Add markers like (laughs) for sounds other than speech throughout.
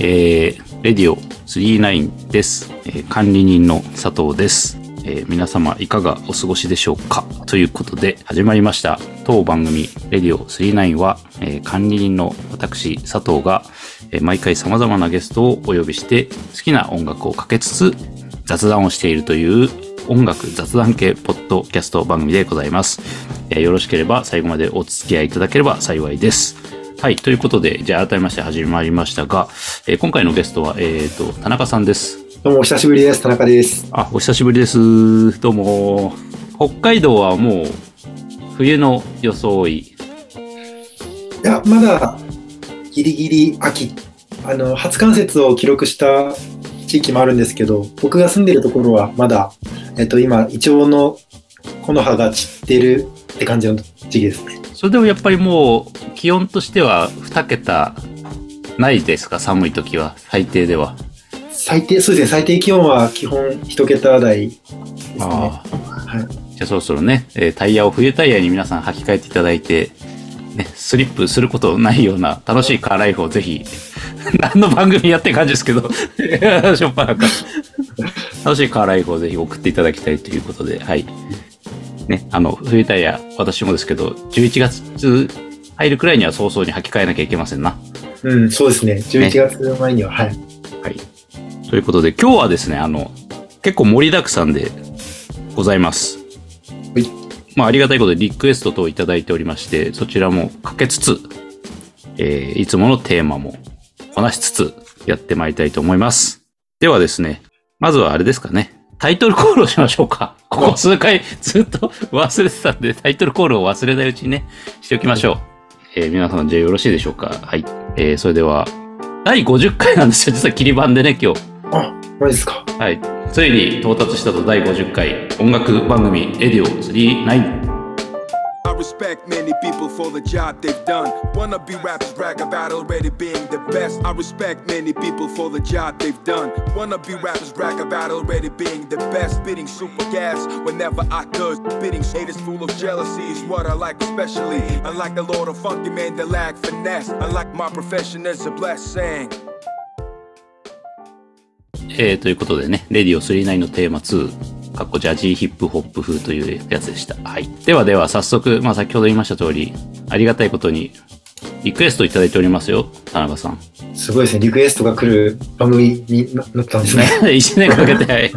えー、レディオ39です、えー、管理人の佐藤です、えー、皆様いかがお過ごしでしょうかということで始まりました当番組レディオ39は、えー、管理人の私佐藤が、えー、毎回様々なゲストをお呼びして好きな音楽をかけつつ雑談をしているという音楽雑談系ポッドキャスト番組でございます、えー、よろしければ最後までお付き合いいただければ幸いですはい。ということで、じゃあ改めまして始まりましたが、えー、今回のゲストは、えっ、ー、と、田中さんです。どうもお久しぶりです。田中です。あ、お久しぶりです。どうも。北海道はもう、冬の装い。いや、まだ、ギリギリ秋。あの、初冠雪を記録した地域もあるんですけど、僕が住んでるところはまだ、えっと、今、イチョウの木の葉が散ってるって感じの地域ですね。それでもやっぱりもう気温としては2桁ないですか寒い時は最低では最低そうですね最低気温は基本1桁台ですねあ、はい、じゃあそろそろね、えー、タイヤを冬タイヤに皆さん履き替えていただいて、ね、スリップすることないような楽しいカーライフをぜひ (laughs) 何の番組やって感じですけど (laughs) しょっぱなか楽しいカーライフをぜひ送っていただきたいということではいね、あの、冬タイヤ、私もですけど、11月入るくらいには早々に履き替えなきゃいけませんな。うん、そうですね。11月前には、ね、はい。はい。ということで、今日はですね、あの、結構盛りだくさんでございます。はい。まあ、ありがたいことでリクエスト等いただいておりまして、そちらもかけつつ、えー、いつものテーマもこなしつつやってまいりたいと思います。ではですね、まずはあれですかね。タイトルコールをしましょうか。ここ数回ずっと忘れてたんで、タイトルコールを忘れないうちにね、しておきましょう。えー、皆さん、じゃあよろしいでしょうか。はい。えー、それでは、第50回なんですよ。実は切り番でね、今日。あ、マジですか。はい。ついに到達したと第50回音楽番組、エディオ39。respect many people for the job they've done. Wanna be rappers brag about already being the best. I respect many people for the job they've done. Wanna be rappers brag about already being the best. Spitting super gas whenever I could. Spitting haters full of jealousy is what I like especially. Unlike the Lord of Funky Man that lack finesse. Unlike my profession is a blessing. えー、ということでね、レディオ39のテーマ2。かっこジャジーヒップホップ風というやつでした。はい。ではでは早速、まあ先ほど言いました通り、ありがたいことにリクエストいただいておりますよ、田中さん。すごいですね。リクエストが来る番組になったんですね。 (laughs) 1年かけて。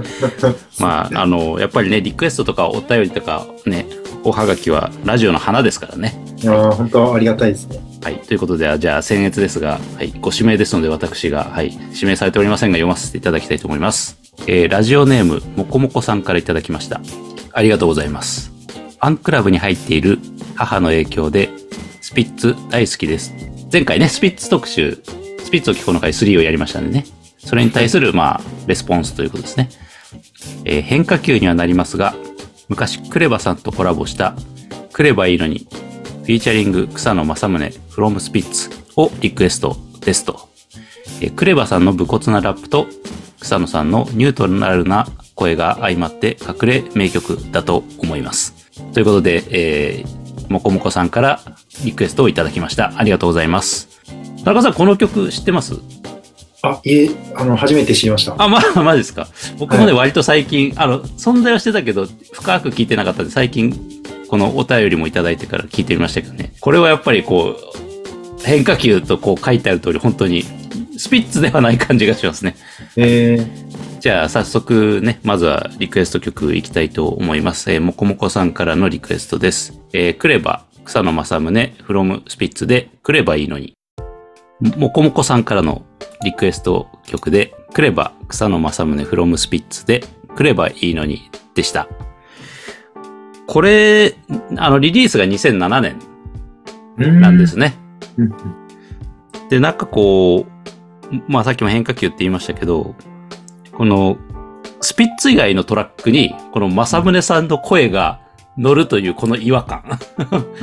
まあ、あの、やっぱりね、リクエストとかお便りとかね、おはがきはラジオの花ですからね。ああ、本当ありがたいですね。はい。ということで、じゃあ、先月ですが、はい、ご指名ですので、私が、はい、指名されておりませんが、読ませていただきたいと思います。えー、ラジオネーム、もこもこさんからいただきました。ありがとうございます。ファンクラブに入っている母の影響で、スピッツ大好きです。前回ね、スピッツ特集、スピッツを聞こうの回3をやりましたんでね。それに対する、まあ、レスポンスということですね。えー、変化球にはなりますが、昔、クレバさんとコラボした、クレバいいのに、フィーチャリング草野正宗 from スピッツをリクエストですと。えクレバさんの武骨なラップと草野さんのニュートラルな声が相まって隠れ名曲だと思います。ということで、えー、もこもこさんからリクエストをいただきました。ありがとうございます。田中さん、この曲知ってますあ、いえ、あの、初めて知りました。あ、まあ、まあですか。僕もね、割と最近、はい、あの、存在はしてたけど、深く聞いてなかったんで、最近このお便りもいただいてから聞いてみましたけどね。これはやっぱりこう、変化球とこう書いてある通り、本当にスピッツではない感じがしますね。えー、じゃあ早速ね、まずはリクエスト曲いきたいと思います。えー、もこもこさんからのリクエストです。えー、クレバ、草野正宗、from スピッツで、クレバいいのに。もこもこさんからのリクエスト曲で、クレバ、草野正宗、from スピッツで、クレバいいのにでした。これ、あの、リリースが2007年なんですね。で、なんかこう、まあさっきも変化球って言いましたけど、この、スピッツ以外のトラックに、この正宗さんの声が乗るというこの違和感。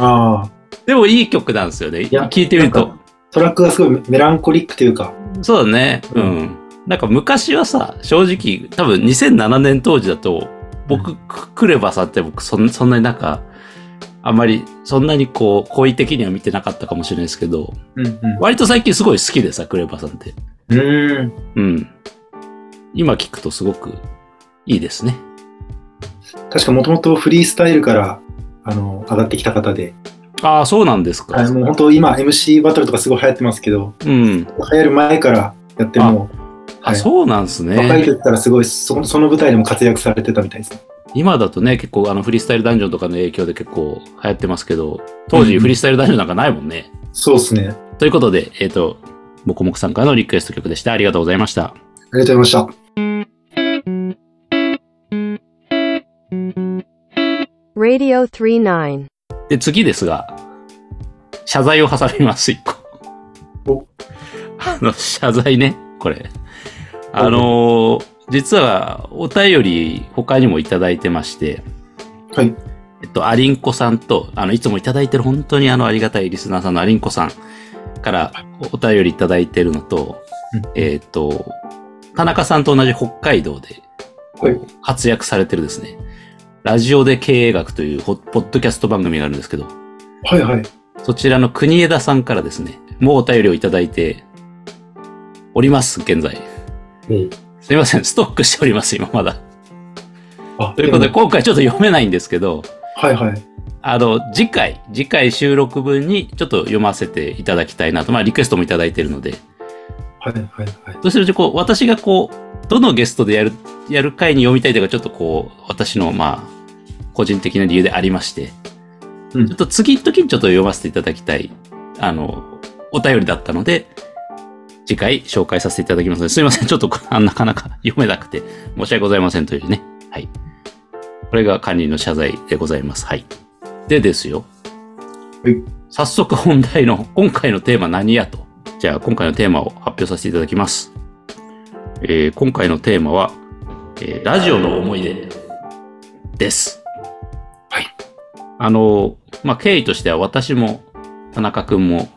(laughs) でもいい曲なんですよね。聞いてみると。トラックがすごいメランコリックというか。そうだね。うん。うん、なんか昔はさ、正直、多分2007年当時だと、僕、クレバさんって僕そ、そんなになんか、あんまり、そんなにこう、好意的には見てなかったかもしれないですけど、うんうん、割と最近すごい好きでさ、クレバさんって。うん。うん。今聞くとすごくいいですね。確かもともとフリースタイルから、あの、上がってきた方で、ああ、そうなんですか。あの、本当今 MC バトルとかすごい流行ってますけど、うん。流行る前からやっても、あ、そうなんですね。若い時からすごいそ、その舞台でも活躍されてたみたいですね。今だとね、結構あのフリースタイルダンジョンとかの影響で結構流行ってますけど、当時うんフリースタイルダンジョンなんかないもんね。そうですね。あということで、えっ、と、もこもこさんからのリクエスト曲でした。ありがとうございました。りがとうございました。 Radio 39. で、次ですが、謝罪を挟みます、一個。おあの、謝罪ね、これ。あのー実はお便り他にもいただいてまして、はい。えっと、アリンコさんと、あの、いつもいただいてる本当にあの、ありがたいリスナーさんのアリンコさんからお便りいただいてるのと、うんえっと、田中さんと同じ北海道ではい。活躍されてるですね、ラジオで経営学というホポッドキャスト番組があるんですけど、はいはい。そちらの国枝さんからですね、もうお便りをいただいております、現在。うんすいません、ストックしております、今まだ。あということで、も今回ちょっと読めないんですけど、はいはい。あの、次回、次回収録分にちょっと読ませていただきたいなと、まあ、リクエストもいただいてるので、はいはいはい。どうするとこう、私がこう、どのゲストでやる、やる回に読みたいというか、ちょっとこう、私の、まあ、個人的な理由でありまして、うんちょっと次の時にちょっと読ませていただきたい、あの、お便りだったので、次回紹介させていただきますので、すいません、ちょっとこ (laughs) あなかなか読めなくて、申し訳ございませんというね。はい。これが管理の謝罪でございます。はい。でですよ。はい早速本題の、今回のテーマ何やと。じゃあ、今回のテーマを発表させていただきます。えー今回のテーマは、えーラジオの思い出です。はい。あの、まあ、経緯としては私も、田中くんも、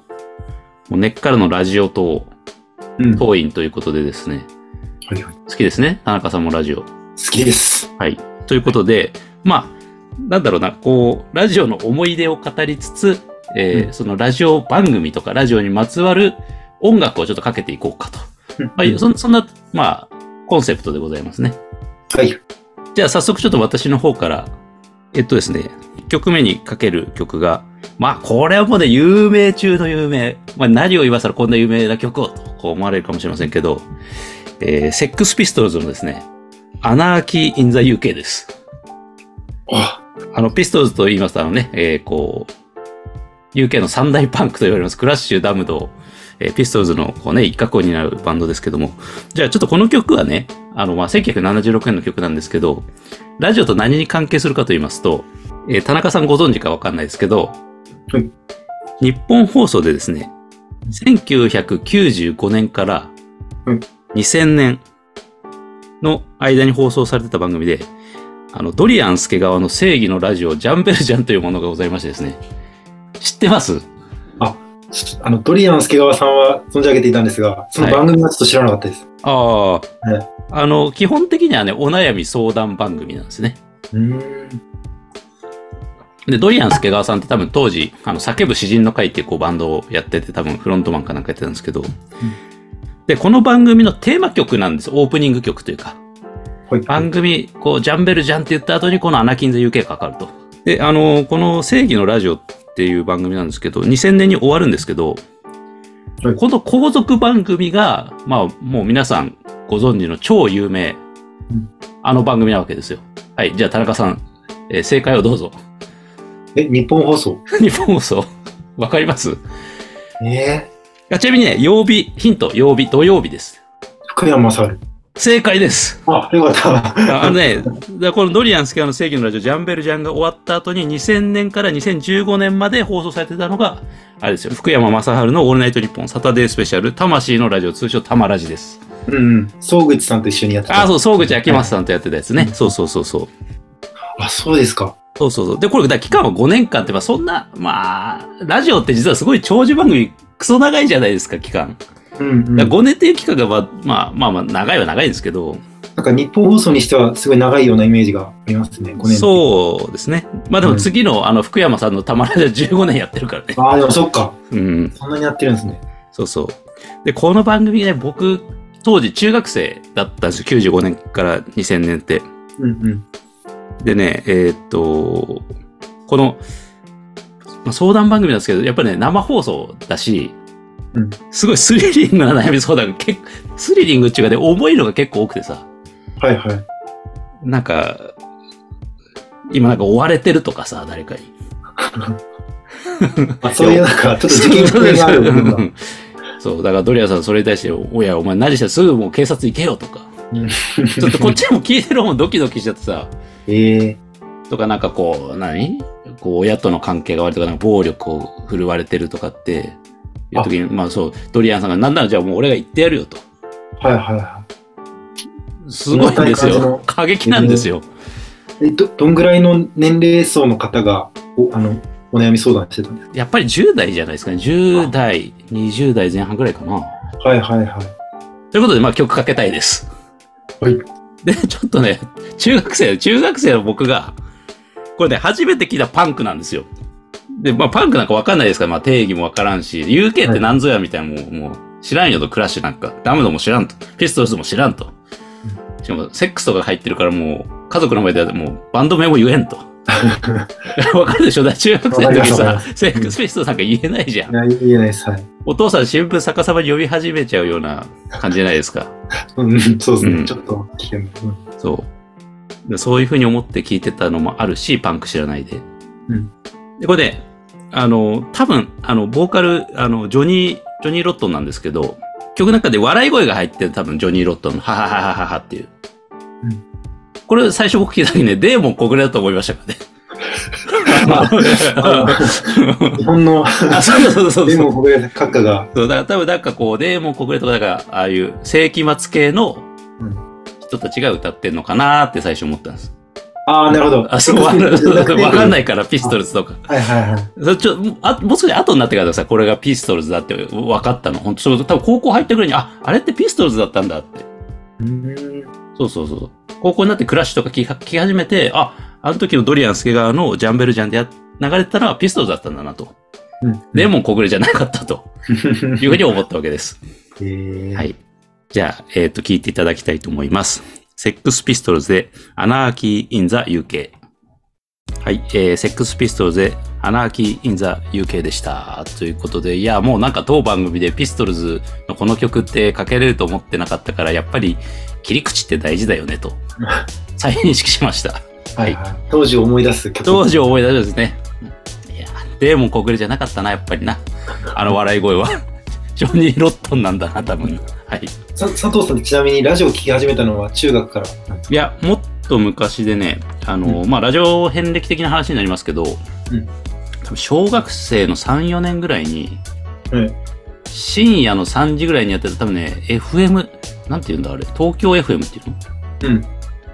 もう根っからのラジオ党、うん。は党員ということでですね、いはい。好きですね、田中さんもラジオ。好きです。はい。ということで、まあ、なんだろうな、こう、ラジオの思い出を語りつつ、えーうんそのラジオ番組とか、ラジオにまつわる音楽をちょっとかけていこうかと。まあ、そんそんな、まあ、コンセプトでございますね。はい。じゃあ早速ちょっと私の方から、えっとですね、1曲目にかける曲が、まあこれはもうね、有名中の有名。まあ何を言わせたらこんな有名な曲をとこう思われるかもしれませんけど、えー、セックスピストルズのですね、アナーキー・イン・ザ・ UK です。あ、あの、ピストルズと言いますと、あのね、えーこう、UK の三大パンクと言われます、クラッシュ、ダムド、えーピストルズの、こうね、一角を担うバンドですけども、じゃあちょっとこの曲はね、あの、まあ、1976年の曲なんですけど、ラジオと何に関係するかと言いますと、えー田中さんご存知かわかんないですけど、はい日本放送でですね、1995年からうん2000年の間に放送されてた番組で、あの、ドリアン助川の正義のラジオ、ジャンベルジャンというものがございましてですね。知ってますあの、ドリアン助川さんは存じ上げていたんですが、その番組はちょっと知らなかったです。ああ、ねあの、基本的にはね、お悩み相談番組なんですね。うーん。で、ドリアン助川さんって多分当時、あの、叫ぶ詩人の会っていうこうバンドをやってて、多分フロントマンかなんかやってたんですけど、で、この番組のテーマ曲なんです。オープニング曲というか。はい。番組、こう、ジャンベルジャンって言った後に、このアナキンズ UK がかかると。で、あの、この正義のラジオっていう番組なんですけど、2000年に終わるんですけど、はいこの後続番組が、まあ、もう皆さんご存知の超有名うん、あの番組なわけですよ。はい、じゃあ田中さん、えー正解をどう (laughs) ぞ。え、日本放送日本放送、わかりますええあちなみにね、曜日、ヒント、曜日、土曜日です。福山雅治。正解です。あ、よか (laughs) った。ああのね、だからこのドリアン・スケアの正義のラジオ、ジャンベルジャンが終わった後に2000年から2015年まで放送されてたのが、あれですよ、福山雅治のオールナイトニッポンサタデースペシャル、魂のラジオ、通称玉ラジです。うんうん。総口さんと一緒にやってた。あ、そう、総口明正さんとやってたやつね。うんそうそうそうそう。あ、そうですか。そうそうそう。で、これ、だから期間は5年間って、まあそんな、まあ、ラジオって実はすごい長寿番組、クソ長いじゃないですか、期間。うん、うん。だかならん5年っていう期間が、まあ、まあ、まあまあ、長いは長いんですけど、か日本放送にしてはすごい長いようなイメージがありますね、5年。う。そうですね。まあでも次の、あの、福山さんの玉ラジオ15年やってるからね。ああ、でもそっか。うん。そんなにやってるんですね。そうそう。で、この番組ね、僕、当時中学生だったんですよ。95年から2000年って。うんうん。でね、えーっと、この、まあ相談番組なんですけど、やっぱりね、生放送だし、うんすごいスリリングな悩み相談が結構、スリリングっていうかね、重いのが結構多くてさ、はいはい。なんか、今なんか追われてるとかさ、誰かに。まあ、そういうなんか、ちょっと事件性があるものうが。ん (laughs) そう、だからドリアさんそれに対して、おや、お前何してるすぐもう警察行けよとか。 (laughs) ちょっとこっちも聞いてる方もドキドキしちゃってさ、 (laughs) ええとかなんかこう、何こう、親との関係が悪いとか、なんか暴力を振るわれてるとかって、いう時に、まあそう、ドリアンさんが、なんならじゃあもう俺が言ってやるよと。はいはいはすごいんですそんな感じよの。過激なんですよ。い。え、ど、どんぐらいの年齢層の方が、お、あの、お悩み相談してたんですやっぱり10代じゃないですかね。10代、20代前半ぐらいかな。かはいはいはい。ということで、まあ曲かけたいです。はい。で、ちょっとね、中学生、中学生の僕が、これね、初めて聞いたパンクなんですよ。で、まあパンクなんかわかんないですから、まあ定義もわからんし、UK って何ぞやみたいなもう、もう知らんよと、クラッシュなんか。ダムドも知らんと。ピストルズも知らんと。しかも、セックスとか入ってるからもう、家族の前ではもう、バンド名も言えんと。 (laughs) わかるでしょだから中学生の時わかりさます、セックスピストルズなんか言えないじゃん (laughs) い。や、言えないです。はい。お父さん新聞逆さまに呼び始めちゃうような感じじゃないですか。うん、そうですね。うんちょっと危険。うんそう。でそういうふうに思って聞いてたのもあるし、パンク知らないで。うんで、これね、あの、多分、あの、ボーカル、あの、ジョニー、ジョニー・ロットンなんですけど、曲の中で笑い声が入ってる多分、ジョニー・ロットンの、ははははははっていう。うんこれ最初僕聞いた時ね、デーモン小暮だと思いましたからね。 (laughs) ま (laughs) あ日本の、あ、そうそうそうそう。でも、これ、閣下が、そう、だから多分なんかこう、デーモン国連とか、だから、ああいう世紀末系のうん人たちが歌ってんのかなーって最初思ったんです。ああ、なるほど。。あ、そう、わかん (laughs) ないわかんないいから、ピストルズとか。 (laughs) はいはいはい。それちょあもう少し後になってからさ、これがピストルズだって分かったの。本当そう多分高校入ったぐらいに、あ、あれってピストルズだったんだって。うーん。そうそうそう。高校になってクラッシュとか聞き聞き始めて、あ、あの時のドリアン・スケ川のジャンベルジャンでや流れてたのはピストルズだったんだなと。うんデーモン国連じゃなかったというふうに思ったわけです。えーはい。じゃあ、えっ、と、聞いていただきたいと思います。セックスピストルズで、アナーキー・イン・ザ・ UK。はい、えー、セックスピストルズで、アナーキー・イン・ザ・ UK でした。ということで、いや、もうなんか当番組でピストルズのこの曲ってかけれると思ってなかったから、やっぱり切り口って大事だよねと、再認識しました。はいはい。当時を思い出す曲。当時を思い出しですね。いや、デーモン小暮じゃなかったな、やっぱりな。あの笑い声は。ジョニー・ロットンなんだな、多分。はい。さ佐藤さんってちなみにラジオを聞き始めたのは中学から。いや、もっと昔でね、あの、まあ、ラジオ遍歴的な話になりますけど、うん多分小学生の3、4年ぐらいに、うん深夜の3時ぐらいにやってた、多分ね、FM、なんて言うんだ、あれ、東京 FM っていうのうん。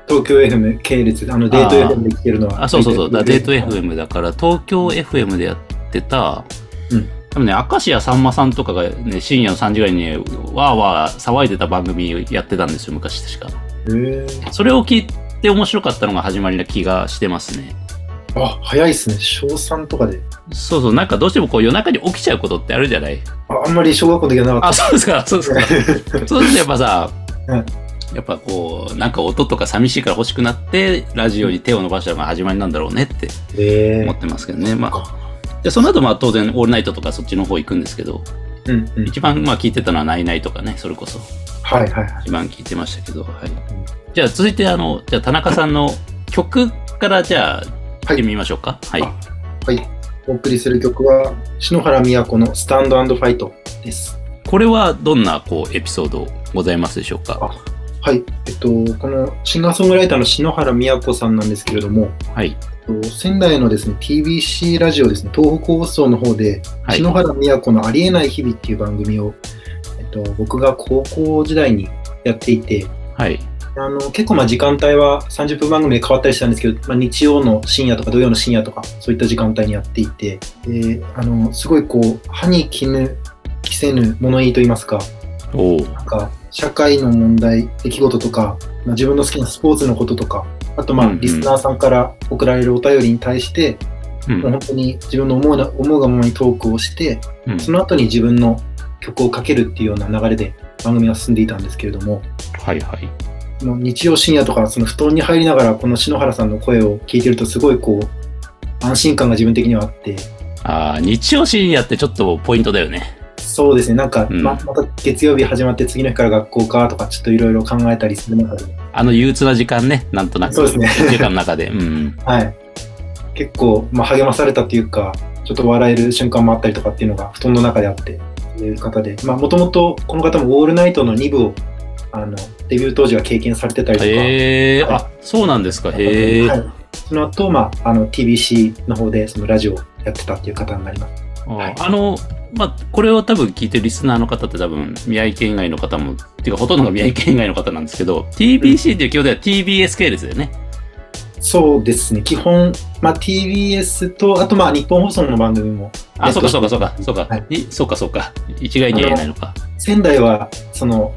東京 FM 系列、あのデートあー FM で聞けるのは。あ、そうそうそう、だからデートはい FM だから、東京 FM でやってた、うん多分ね、明石家さんまさんとかがね、深夜の3時ぐらいにね、わーわー騒いでた番組やってたんですよ、昔確か。へそれを聞いて面白かったのが始まりな気がしてますね。ーあ、早いですね。小3とかで。そうそう、なんかどうしてもこう夜中に起きちゃうことってあるじゃないああんまり小学校の時はなかあ、っそうです (laughs) か、そうですか。そうですとやっぱさ、うんやっぱこう、なんか音とか寂しいから欲しくなって、ラジオに手を伸ばしたのが始まりなんだろうねってた。へ思 (laughs) えってますけどね。まあ、でその後、まあ当然、オールナイトとかそっちの方行くんですけど、うんうん。一番まあ聞いてたのはナイナイとかね、それこそ。はいはいはい。一番聞いてましたけど、はい。じゃあ続いて、あの、じゃあ田中さんの曲からじゃあ、行ってみましょうか。はい。あはい。お送りする曲は、篠原美也子のスタンドファイトです。これはどんな、こう、エピソードございますでしょうかはい。えっと、このシンガーソングライターの篠原美也子さんなんですけれども、はい。えっと仙台のですね、TBC ラジオですね、東北放送の方で、はい。篠原美也子のありえない日々っていう番組を、えっと、僕が高校時代にやっていて、はい。あの結構まあ時間帯は30分番組で変わったりしたんですけど、まあ、日曜の深夜とか土曜の深夜とかそういった時間帯にやっていて、であのすごいこう歯に衣着せぬ物言いと言いますかおお。なんか社会の問題出来事とか、まあ、自分の好きなスポーツのこととかあとまうんあうんリスナーさんから送られるお便りに対して、うんもう本当に自分の思うな思うがままにトークをしてうんその後に自分の曲をかけるっていうような流れで番組は進んでいたんですけれども、はいはい。もう日曜深夜とかその布団に入りながらこの篠原さんの声を聞いてるとすごいこう安心感が自分的にはあってああ、日曜深夜ってちょっとポイントだよね。そうですねなんかうんま,、また月曜日始まって次の日から学校かとかちょっといろいろ考えたりする中であの憂鬱な時間ね、なんとなく。そうですね時間の中で。うん。はい結構、まあ、励まされたというかちょっと笑える瞬間もあったりとかっていうのが布団の中であってという方でもともとこの方も「オールナイト」の2部をあのデビュー当時は経験されてたりとか、へえ、はいあ、そうなんですか。へえ。はい、その後、まああの TBC の方でそのラジオをやってたっていう方になりますああの、まあ、これを多分聞いてるリスナーの方って多分、宮城県以外の方も、っていうかほとんどが宮城県以外の方なんですけど、TBC っていう企業では TBS 系列だよね。そうですね、基本、まあ、TBS と、あとまあ日本放送の番組も、あ、えっそとうかそうかそうか、そうか、はいいそうかそうか、一概には言えないのか。仙台はその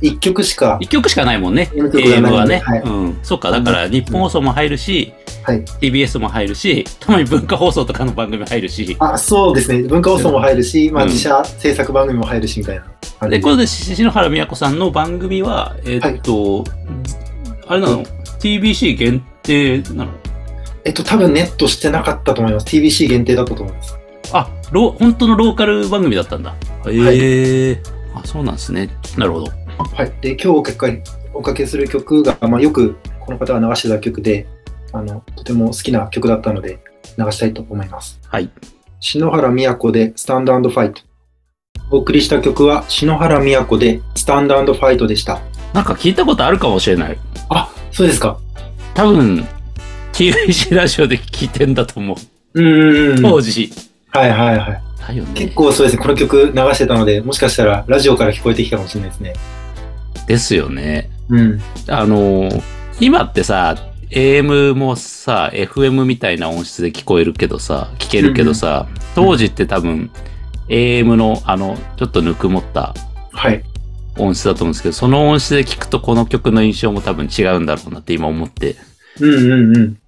1曲しか、一曲しかないもんね、一曲がない AM はね。はいうん。そうか、だから日本放送も入るし、はい、 TBS も入るし、たまに文化放送とかの番組入るし、あそうですね、文化放送も入るし、まあ、うん自社制作番組も入るしみたいな感で、じこれでし篠原美和子さんの番組は、えっと、あれなの ?TBC 限定なのえっと、多分ネットしてなかったと思います、TBC 限定だったと思います。あ、ロ本当のローカル番組だったんだ。へえ、あ、そうなんですね。なるほど。はい、で今日おかけおかけする曲が、まあ、よくこの方が流してた曲であの、とても好きな曲だったので、流したいと思います。はい。篠原美也子でスタンドファイト。お送りした曲は篠原美也子でスタンドファイトでした。なんか聞いたことあるかもしれない。あ、そうですか。多分、TBC ラジオで聞いてんだと思う。うーん。は当い時。はいはい。だよね。結構そうですね、この曲流してたので、もしかしたらラジオから聞こえてきたかもしれないですね。ですよね。うん。あのー、今ってさ、AM もさ、FM みたいな音質で聞こえるけどさ、聞けるけどさ、当時って多分、AM のあの、ちょっとぬくもったはい。音質だと思うんですけど、その音質で聞くとこの曲の印象も多分違うんだろうなって今思って。うんうんうん。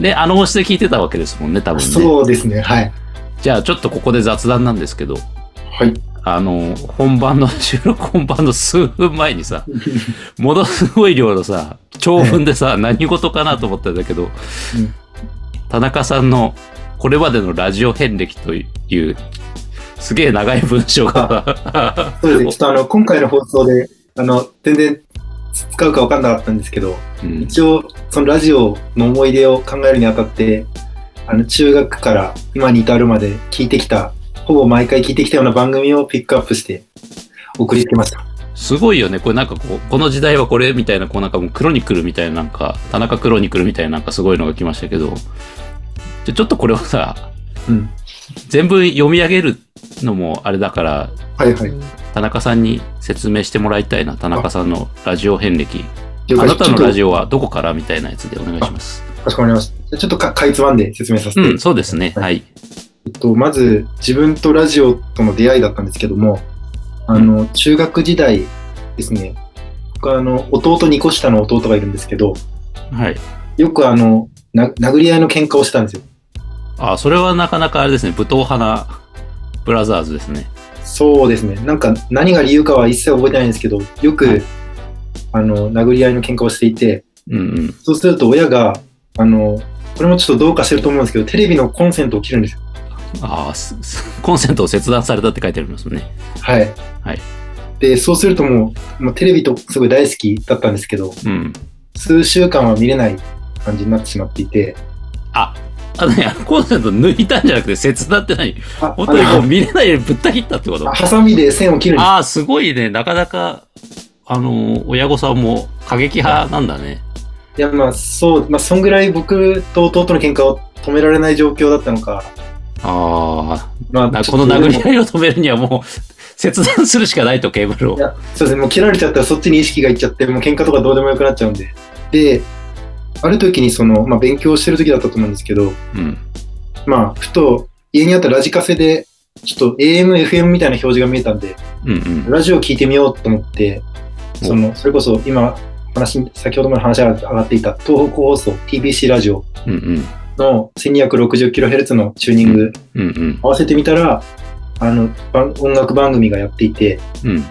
で、あの音質で聞いてたわけですもんね、多分ね。そうですね、はい。じゃあちょっとここで雑談なんですけど、はい。 (laughs) あの、本番の、 (laughs) 収録本番の数分前にさ、ものすごい量のさ、長文で (laughs) さ、何事かなと思ったんだけど、ん田中さんのこれまでのラジオ遍歴という、すげえ長い文章が、そうですね、ちょっとあの、今回の放送で、あの、全然使うか分かんなかったんですけど、 (laughs) うん一応そのラジオの思い出を考えるにあたってあの中学から今に至るまで聞いてきたほぼ毎回聞いてきたような番組をピックアップして送りつけましたすごいよね。これなんかこう、この時代はこれみたいな、こうなんかもうクロニクルみたいななんか、田中クロニクルみたいななんかすごいのが来ましたけど、じゃちょっとこれをさ、うん全部読み上げるのもあれだから、はいはい田中さんに説明してもらいたいな。田中さんのラジオ遍歴。了あ解なたのラオジオはどこからみたいなやつでお願いします。かしこまりましたじゃあちょっとかかいつまんで説明させて、うえん、そうですね。はい。っと、まず自分とラジオとの出会いだったんですけどもあの中学時代ですね僕はあの弟2個下の弟がいるんですけどはい。よくあのな殴り合いの喧嘩をしてたんですよあ、それはなかなかあれですね。武闘派なブラザーズですね。そうですね。なんか何が理由かは一切覚えてないんですけど、よく、はいあの、殴り合いの喧嘩をしていて、うんうん。そうすると親が、あの、これもちょっとどうかしてると思うんですけど、テレビのコンセントを切るんですよ。ああ、すす (laughs) コンセントを切断されたって書いてありますもんね。はい。はいで、そうするともう、もうテレビとすごい大好きだったんですけど、うん。数週間は見れない感じになってしまっていて、あ、あのね、コンセント抜いたんじゃなくて切断って何あ本当にもう見れないようにぶった切ったってことあのハサミで線を切るんです。ああ、すごいね。なかなか、あの、親御さんも過激派なんだね。いや、まあ、そう、まあ、そんぐらい僕と弟の喧嘩を止められない状況だったのか、あまあ、なあ、この殴り合いを止めるにはもう切断するしかないと、ケーブルをい。や、そうですね、もう切られちゃったらそっちに意識がいっちゃって、もう喧嘩とかどうでもよくなっちゃうんで。で、ある時にその、まあ、勉強してる時だったと思うんですけど、うん。まあ、ふと家にあったラジカセで、ちょっと AM、FM みたいな表示が見えたんで、うんうん。ラジオ聞いてみようと思って、その、それこそ今、話に、先ほどまで話が上がっていた東北放送 TBC ラジオうんうん。の 1260kHz のチューニングうんうん。合わせてみたら、あのば音楽番組がやっていてうん。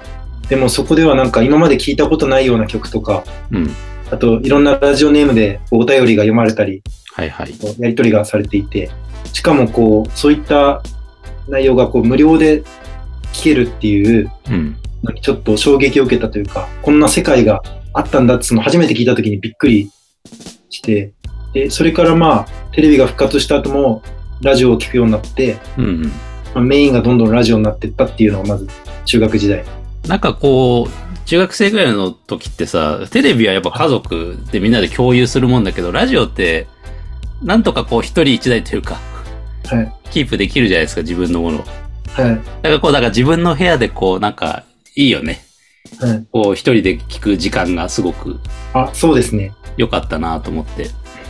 でもそこではなんか今まで聞いたことないような曲とかうん。あといろんなラジオネームでこうお便りが読まれたりはいはい。こうやり取りがされていてしかもこうそういった内容がこう無料で聞けるっていううん。のにちょっと衝撃を受けたというかこんな世界があったんだってその初めて聞いた時にびっくりしてでそれからまあテレビが復活した後もラジオを聞くようになって、うんうん。まあメインがどんどんラジオになってったっていうのがまず中学時代なんかこう、中学生ぐらいの時ってさ、テレビはやっぱ家族でみんなで共有するもんだけど、ラジオって、なんとかこう一人一台というか、はいキープできるじゃないですか、自分のものを。だはいからこう、だから自分の部屋でこう、なんか、いいよね。はいこう、一人で聞く時間がすごくあそうですね良かったなと思って。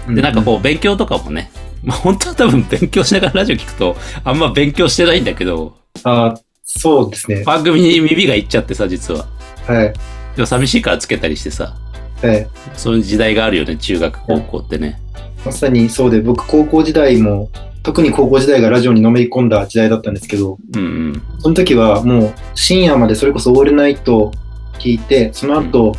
うで、なんかこう、勉強とかもね、まあ本当は多分勉強しながらラジオ聞くと、あんま勉強してないんだけど、あそうですね番組に耳がいっちゃってさ、実は。はいでも寂しいからつけたりしてさ、はいそういう時代があるよね、中学、高校ってね。まさにそうで僕高校時代も特に高校時代がラジオにのめり込んだ時代だったんですけどうんうん。その時はもう深夜までそれこそオールナイト聞いて、その後、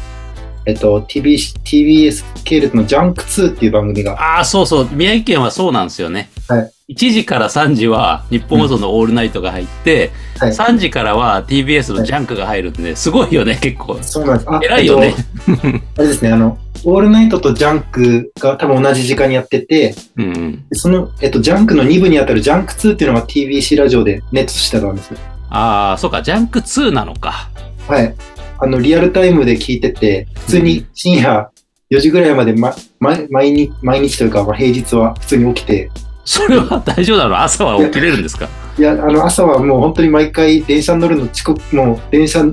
えっと、TB、TBS 系列のジャンク2っていう番組が、ああ、そうそう、宮城県はそうなんですよね。はい1時から3時は日本放送のオールナイトが入って、はい3時からは TBS のジャンクが入るんで、すごいよね、結構。そうなんです。あ偉いよねえっとあれですね、あの、オールナイトとジャンクが多分同じ時間にやってて、うんうん。その、えっと、ジャンクの2部にあたるジャンク2っていうのが TBC ラジオでネットしてたんですよ。ああ、そうか、ジャンク2なのか。はい。あの、リアルタイムで聞いてて、普通に深夜4時ぐらいまで、ま、毎毎日、毎日というか、まあ、平日は普通に起きて、それは大丈夫なの朝は起きれるんですかいや、あの、朝はもう本当に毎回電車に乗るの遅刻、もう電車遅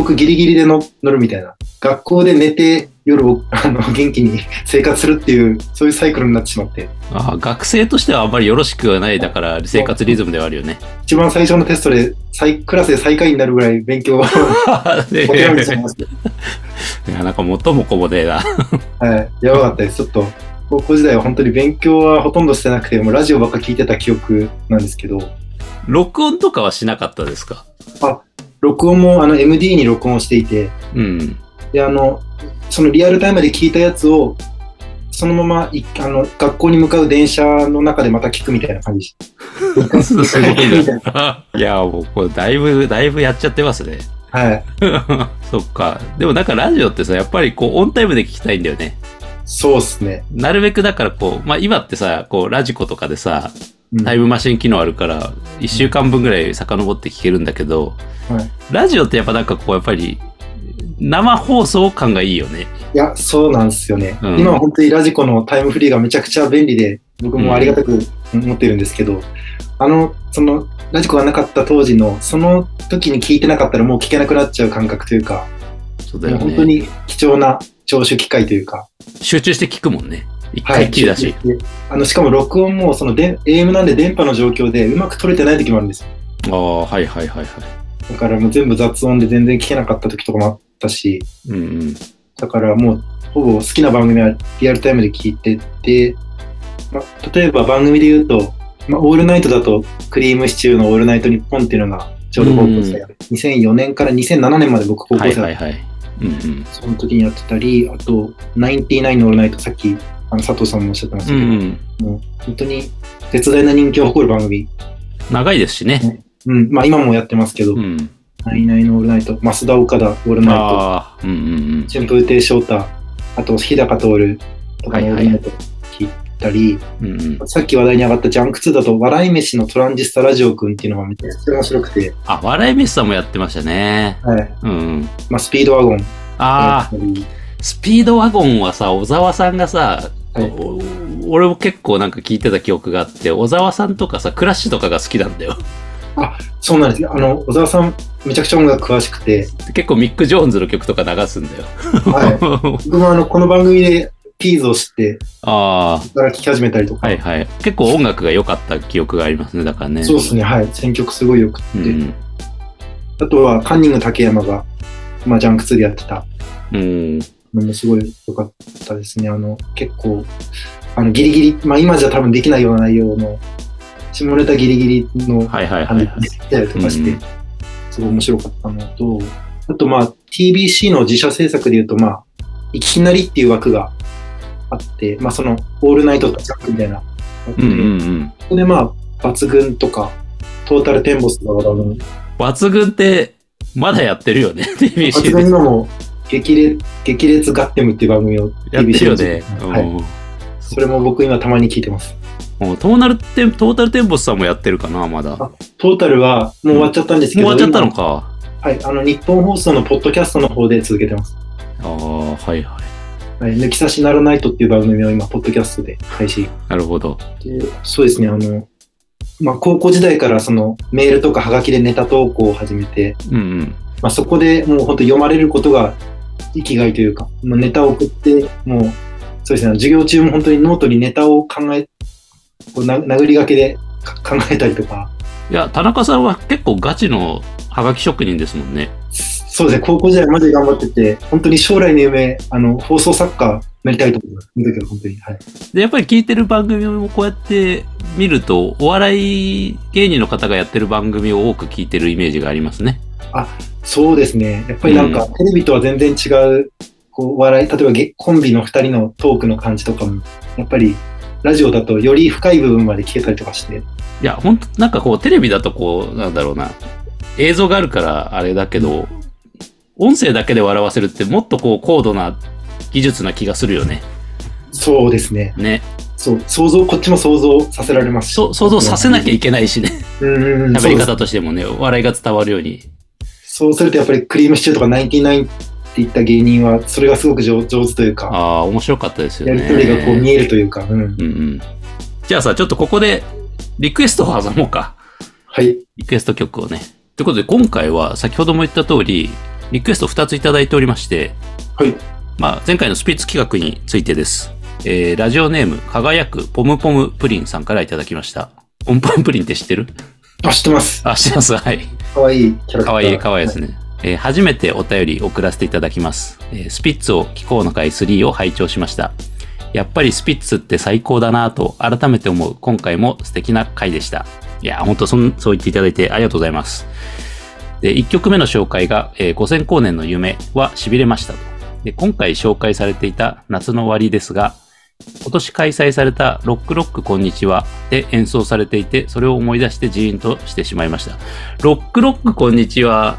刻ギリギリでの乗るみたいな。学校で寝て夜を (laughs) あの元気に生活するっていう、そういうサイクルになってしまって。ああ、学生としてはあんまりよろしくはない、だから生活リズムではあるよ (laughs) ね。一番最初のテストで最、クラスで最下位になるぐらい勉強をね持てられてしまいまし (laughs) いや、なんか元も子もねえな。た。はい。やばかったです。ちょっと、高校時代は本当に勉強はほとんどしてなくて、もうラジオばっか聞いてた記憶なんですけど、録音とかはしなかったですか録音もあの MD に録音していて、うん。であのそのリアルタイムで聞いたやつをそのままいあの学校に向かう電車の中でまた聞くみたいな感じ (laughs) すごいな。いや、もうこれだいぶ、だいぶやっちゃってますね。 (laughs) (laughs) はいそっか。でもなんかラジオってさ、やっぱりこうオンタイムで聞きたいんだよね。そうっすね、なるべくだからこう、まあ今ってさ、こうラジコとかでさ、うんタイムマシン機能あるから、1週間分ぐらい遡って聞けるんだけど、はいラジオってやっぱなんかこう、やっぱり、生放送感がいいよね。いやそうなんですよね、うん今は本当にラジコのタイムフリーがめちゃくちゃ便利で僕もありがたく思ってるんですけど、あのそのラジコがなかった当時のその時に聞いてなかったらもう聞けなくなっちゃう感覚というかそうだよもう本当ね。に貴重な聴取機会というか集中して聞くもんね。一は回い、きりだし。あのしかも録音もそので AM なんで電波の状況でうまく取れてない時もあるんですあよあ、はいはいはいはだからもう全部雑音で全然聞けなかった時とかもあったしい。うんうん。だからもうほぼ好きな番組はリアルタイムで聞いてて、ま、例えば番組で言うと、ま、オールナイトだと「クリームシチューのオールナイトニッポン」っていうのがちょうど高校生う2004年から2007年まで僕高校はい生だはっいはい。うんうん。たその時にやってたりあと「ナインティナインのオールナイト」さっきあの佐藤さんもおっしゃってましたうけど、んうん。本当に絶大な人気を誇る番組長いですしね。うん、まあ今もやってますけど、うん。ナイナイのオールナイト、増田岡田オールナイト、ああ、うんうん春風亭昇太、あと日高徹とかのオールナイト聞いたり、うん。うんうん。さっき話題に上がったジャンク2だと、笑い飯のトランジスタラジオくんっていうのがめちゃくちゃ面白くて、あ、笑い飯さんもやってましたね。はい。うんうん。まあスピードワゴンだっあたり、あ、スピードワゴンはさ、小沢さんがさ、はいお俺も結構なんか聞いてた記憶があって、小沢さんとかさ、クラッシュとかが好きなんだよ。 (laughs) そうなんですよ。あの、小沢さん、めちゃくちゃ音楽詳しく (laughs) て、結構ミック・ジョーンズの曲とか流すんだよ。はい。僕もあの、この番組でピーズを知って、 (laughs) あから聞き始めたりとあ、か、はいはい。結構音楽が良かった記憶がありますね、だからね。そうですね、はい。選曲すごい良くって、うん。あとはカンニング竹山が、まあジャンク2でやってた、うん。のもすごい良かったですね。あの、結構、あの、ギリギリ、まあ今じゃ多分できないような内容の下ネタギリギリのはいはいはいはい。話したりとかして、うんすごい面白かったのと、あとまあ TBC の自社制作で言うとまあ、いきなりっていう枠があって、まあその、オールナイトとかジャックみたいな枠うで、んうんうん。そこでまあ、抜群とか、トータルテンボスとかが多分、抜群って、まだやってるよね、抜 TBC 群で。今も激烈、激烈ガッテムっていう番組をやってる TBC よのね。はい。それも僕今たまに聞いてます。うんもうトーナルテン、トータルテンボスさんもやってるかな、まだ。もうトータルはもう終わっちゃったんです終けど、わっちゃったのか。今はい、あの、日本放送のポッドキャストの方で続けてます。ああ、はいはい。はい、抜き差しならないとっていう番組を今、ポッドキャストで配信。なるほど。でそうですね、あの、まあ、高校時代からそのメールとかハガキでネタ投稿を始めて、うんうん。まあ、そこでもう本当読まれることが生きがいというか、もうネタを送って、もう、そうですね、授業中も本当にノートにネタを考え、こうな殴りがけでか考えたりとか、いや、田中さんは結構ガチのハガキ職人ですもんね。そうですね、高校時代まで頑張ってて、本当に将来の夢、あの、放送作家なりたいと思ってたけど、本当に。はい。で、やっぱり聞いてる番組もこうやって見ると、お笑い芸人の方がやってる番組を多く聞いてるイメージがありますね。そうですね。やっぱりなんか、テレビとは全然違う、こう、笑い、例えばゲコンビの二人のトークの感じとかも、やっぱり、ラジオだとより深い部分まで聞けたりとかして、いや、本当なんかこう、テレビだとこう、なんだろうな、映像があるからあれだけど、音声だけで笑わせるってもっとこう、高度な技術な気がするよね。そうですね。ね。そう、想像、こっちも想像させられますし。そ想像させなきゃいけないしね。うんうんうん。喋そうりです方としてもね、お笑いが伝わるように。そうするとやっぱり、クリームシチューとかナインティナインっていった芸人は、それがすごく上上手というか、ああ、面白かったですよやね。りとりがこう見えるというか、うん。うんうん。じゃあさ、ちょっとここで、リクエストを挟もうか。はい。リクエスト曲をね。ということで、今回は先ほども言った通り、リクエスト2ついただいておりまして、はい。まあ、前回のスピッツ企画についてです。えー、ラジオネーム、輝くポムポムプリンさんからいただきました。ポムポムプリンって知ってるあ、知ってます。あ、知ってます。はい。かわいいキャラクター。かわいい、かわいいですね。えー初めてお便り送らせていただきます。えースピッツを気候の会3を拝聴しました。やっぱりスピッツって最高だなぁと改めて思う今回も素敵な回でした。いやー、ほんとそん、そう言っていただいてありがとうございます。で、1曲目の紹介が、えー5000光年の夢は痺れましたと。で、今回紹介されていた夏の終わりですが、今年開催されたロックロックこんにちはで演奏されていて、それを思い出してジーンとしてしまいました。ロックロックこんにちは。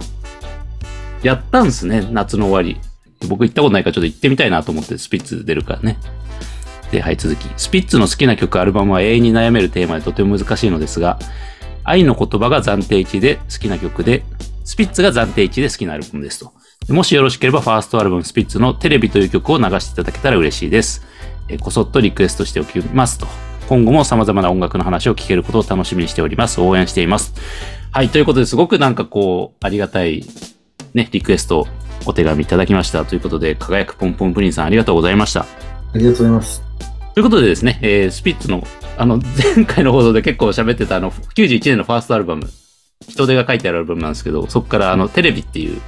やったんすね、夏の終わり。僕行ったことないからちょっと行ってみたいなと思って、スピッツ出るからね。で、はい、続き。スピッツの好きな曲、アルバムは永遠に悩めるテーマでとても難しいのですが、愛の言葉が暫定1で好きな曲で、スピッツが暫定1で好きなアルバムですと。でもしよろしければ、ファーストアルバムスピッツのテレビという曲を流していただけたら嬉しいです。えーこそっとリクエストしておきますと。今後も様々な音楽の話を聞けることを楽しみにしております。応援しています。はい、ということですごくなんかこう、ありがたい、ね、リクエスト、お手紙いただきました。ということで、輝くポンポンプリンさんありがとうございました。ありがとうございます。ということでですね、えースピッツの、あの、 (laughs) 前回の放送で結構喋ってた、あの、91年のファーストアルバム、人手が書いてあるアルバムなんですけど、そこから、あの、テレビっていう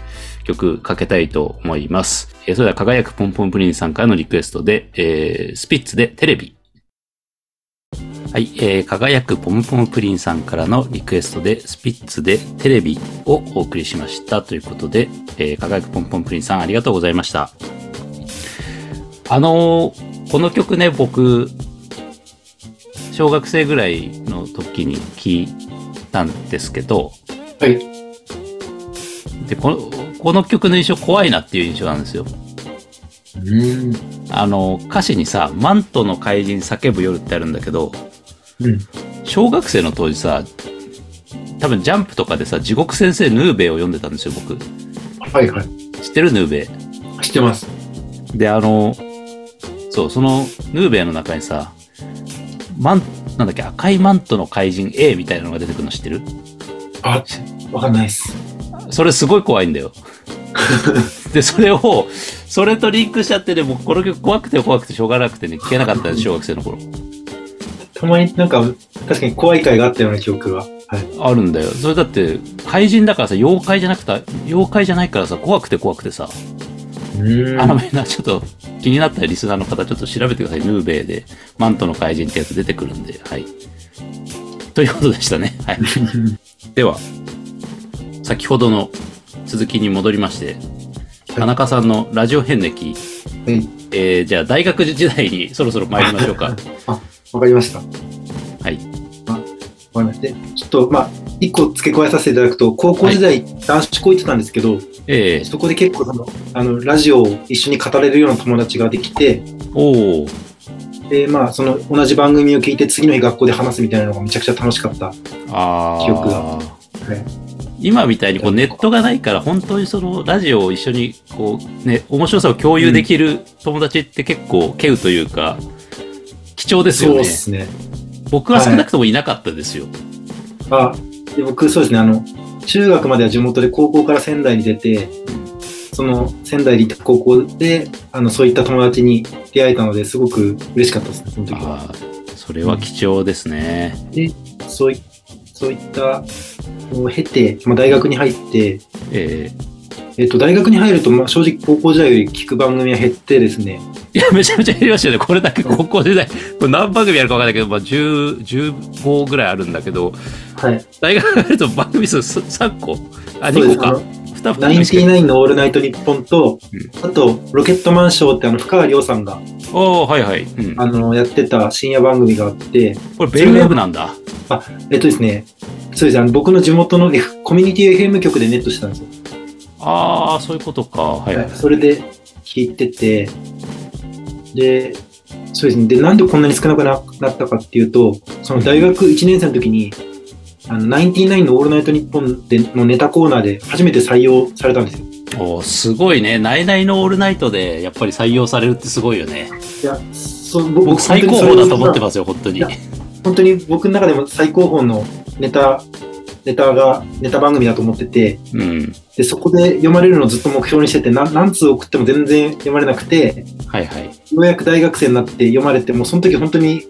曲かけたいと思います。えーそれでは、輝くポンポンプリンさんからのリクエストで、えースピッツでテレビ。はい、えー輝くポンポンプリンさんからのリクエストで、スピッツでテレビをお送りしました。ということで、えー輝くポンポンプリンさんありがとうございました。あのーこの曲ね、僕、小学生ぐらいの時に聴いたんですけど、はい。で、この、この曲の印象怖いなっていう印象なんですよ。うん。あの、歌詞にさ、マントの怪人叫ぶ夜ってあるんだけど、うん。小学生の当時さ、多分ジャンプとかでさ、地獄先生ヌーベイを読んでたんですよ、僕。はいはい。知ってるヌーベイ。知ってます。で、あの、そう、そのヌーベイの中にさ、マン、なんだっけ、赤いマントの怪人 A みたいなのが出てくるの知ってるあ、わかんないです。それすごい怖いんだよ。で、それを、それとリンクしちゃってね、もうこの曲怖くて怖くてしょうがなくてね、聞けなかったんです、小学生の頃。たまになんか、確かに怖い回があったような記憶が。はい。あるんだよ。それだって、怪人だからさ、妖怪じゃなくて、妖怪じゃないからさ、怖くて怖くてさ、うあのん。みんなちょっと気になったリスナーの方、ちょっと調べてください。ヌーベイで、マントの怪人ってやつ出てくるんで、はい。ということでしたね。はい。 (laughs) では、先ほどの続きに戻りまして、田中さんのラジオ遍歴、はい。えー、じゃあ大学時代にそろそろ参りましょう (laughs) か。わかりました。わはい。かりました。でちょっと、まあ、一個付け加えさせていただくと、高校時代、男子校行ってたんですけど、えー、そこで結構その、あの、ラジオを一緒に語れるような友達ができて、おおで、まあ、その、同じ番組を聞いて、次の日学校で話すみたいなのがめちゃくちゃ楽しかった。あー記憶がはい今みたいにこうネットがないから本当にそのラジオを一緒にこうね面白さを共有できる友達って結構稀有というか貴重ですよそうねですね。僕は少なくともいなかったですよ、あ、で僕、そうですね、あの、中学までは地元で高校から仙台に出て、その仙台に行った高校で、あの、そういった友達に出会えたので、すごく嬉しかったですね、その時は。あーそれは貴重ですね、そういそういったのを経て、まあ、大学に入って、ええっと、大学に入ると、まあ、正直高校時代より聞く番組は減ってですね、ーいやめちゃめちゃ減りましたよねこれだけ高校時代これ何番組あるかわかんないけど、まあ、10 15ぐらいあるんだけどはい。大学入ると番組数す3個あそうで2す個かあの2ナ番イン組ティしかナインのオールナイトニッポンと、あと、ロケットマンショーってあの、深川亮さんが、おおはいはい、うん、あの、やってた深夜番組があって、これベイウェーブなんだえっとですね、そうですあの僕の地元の F コミュニティ FM 局でネットしてたんですよ。ああ、そういうことか。はい。はいそれで聞いてて、で、そうですね。で、なんでこんなに少なくななったかっていうと、その大学1年生の時に、あの、ナインティナインのオールナイトニッポンでのネタコーナーで初めて採用されたんですよ。おーすごいね。ナイナイのオールナイトでやっぱり採用されるってすごいよね。いや、そう僕最高峰だと思ってす。ますよ、本当にいや。本当に僕の中でも最高峰のネタ、ネタが、ネタ番組だと思ってて、うん。で、そこで読まれるのをずっと目標にしてて、な何通送っても全然読まれなくて、はいはい。ようやく大学生になって読まれて、もうその時本当に、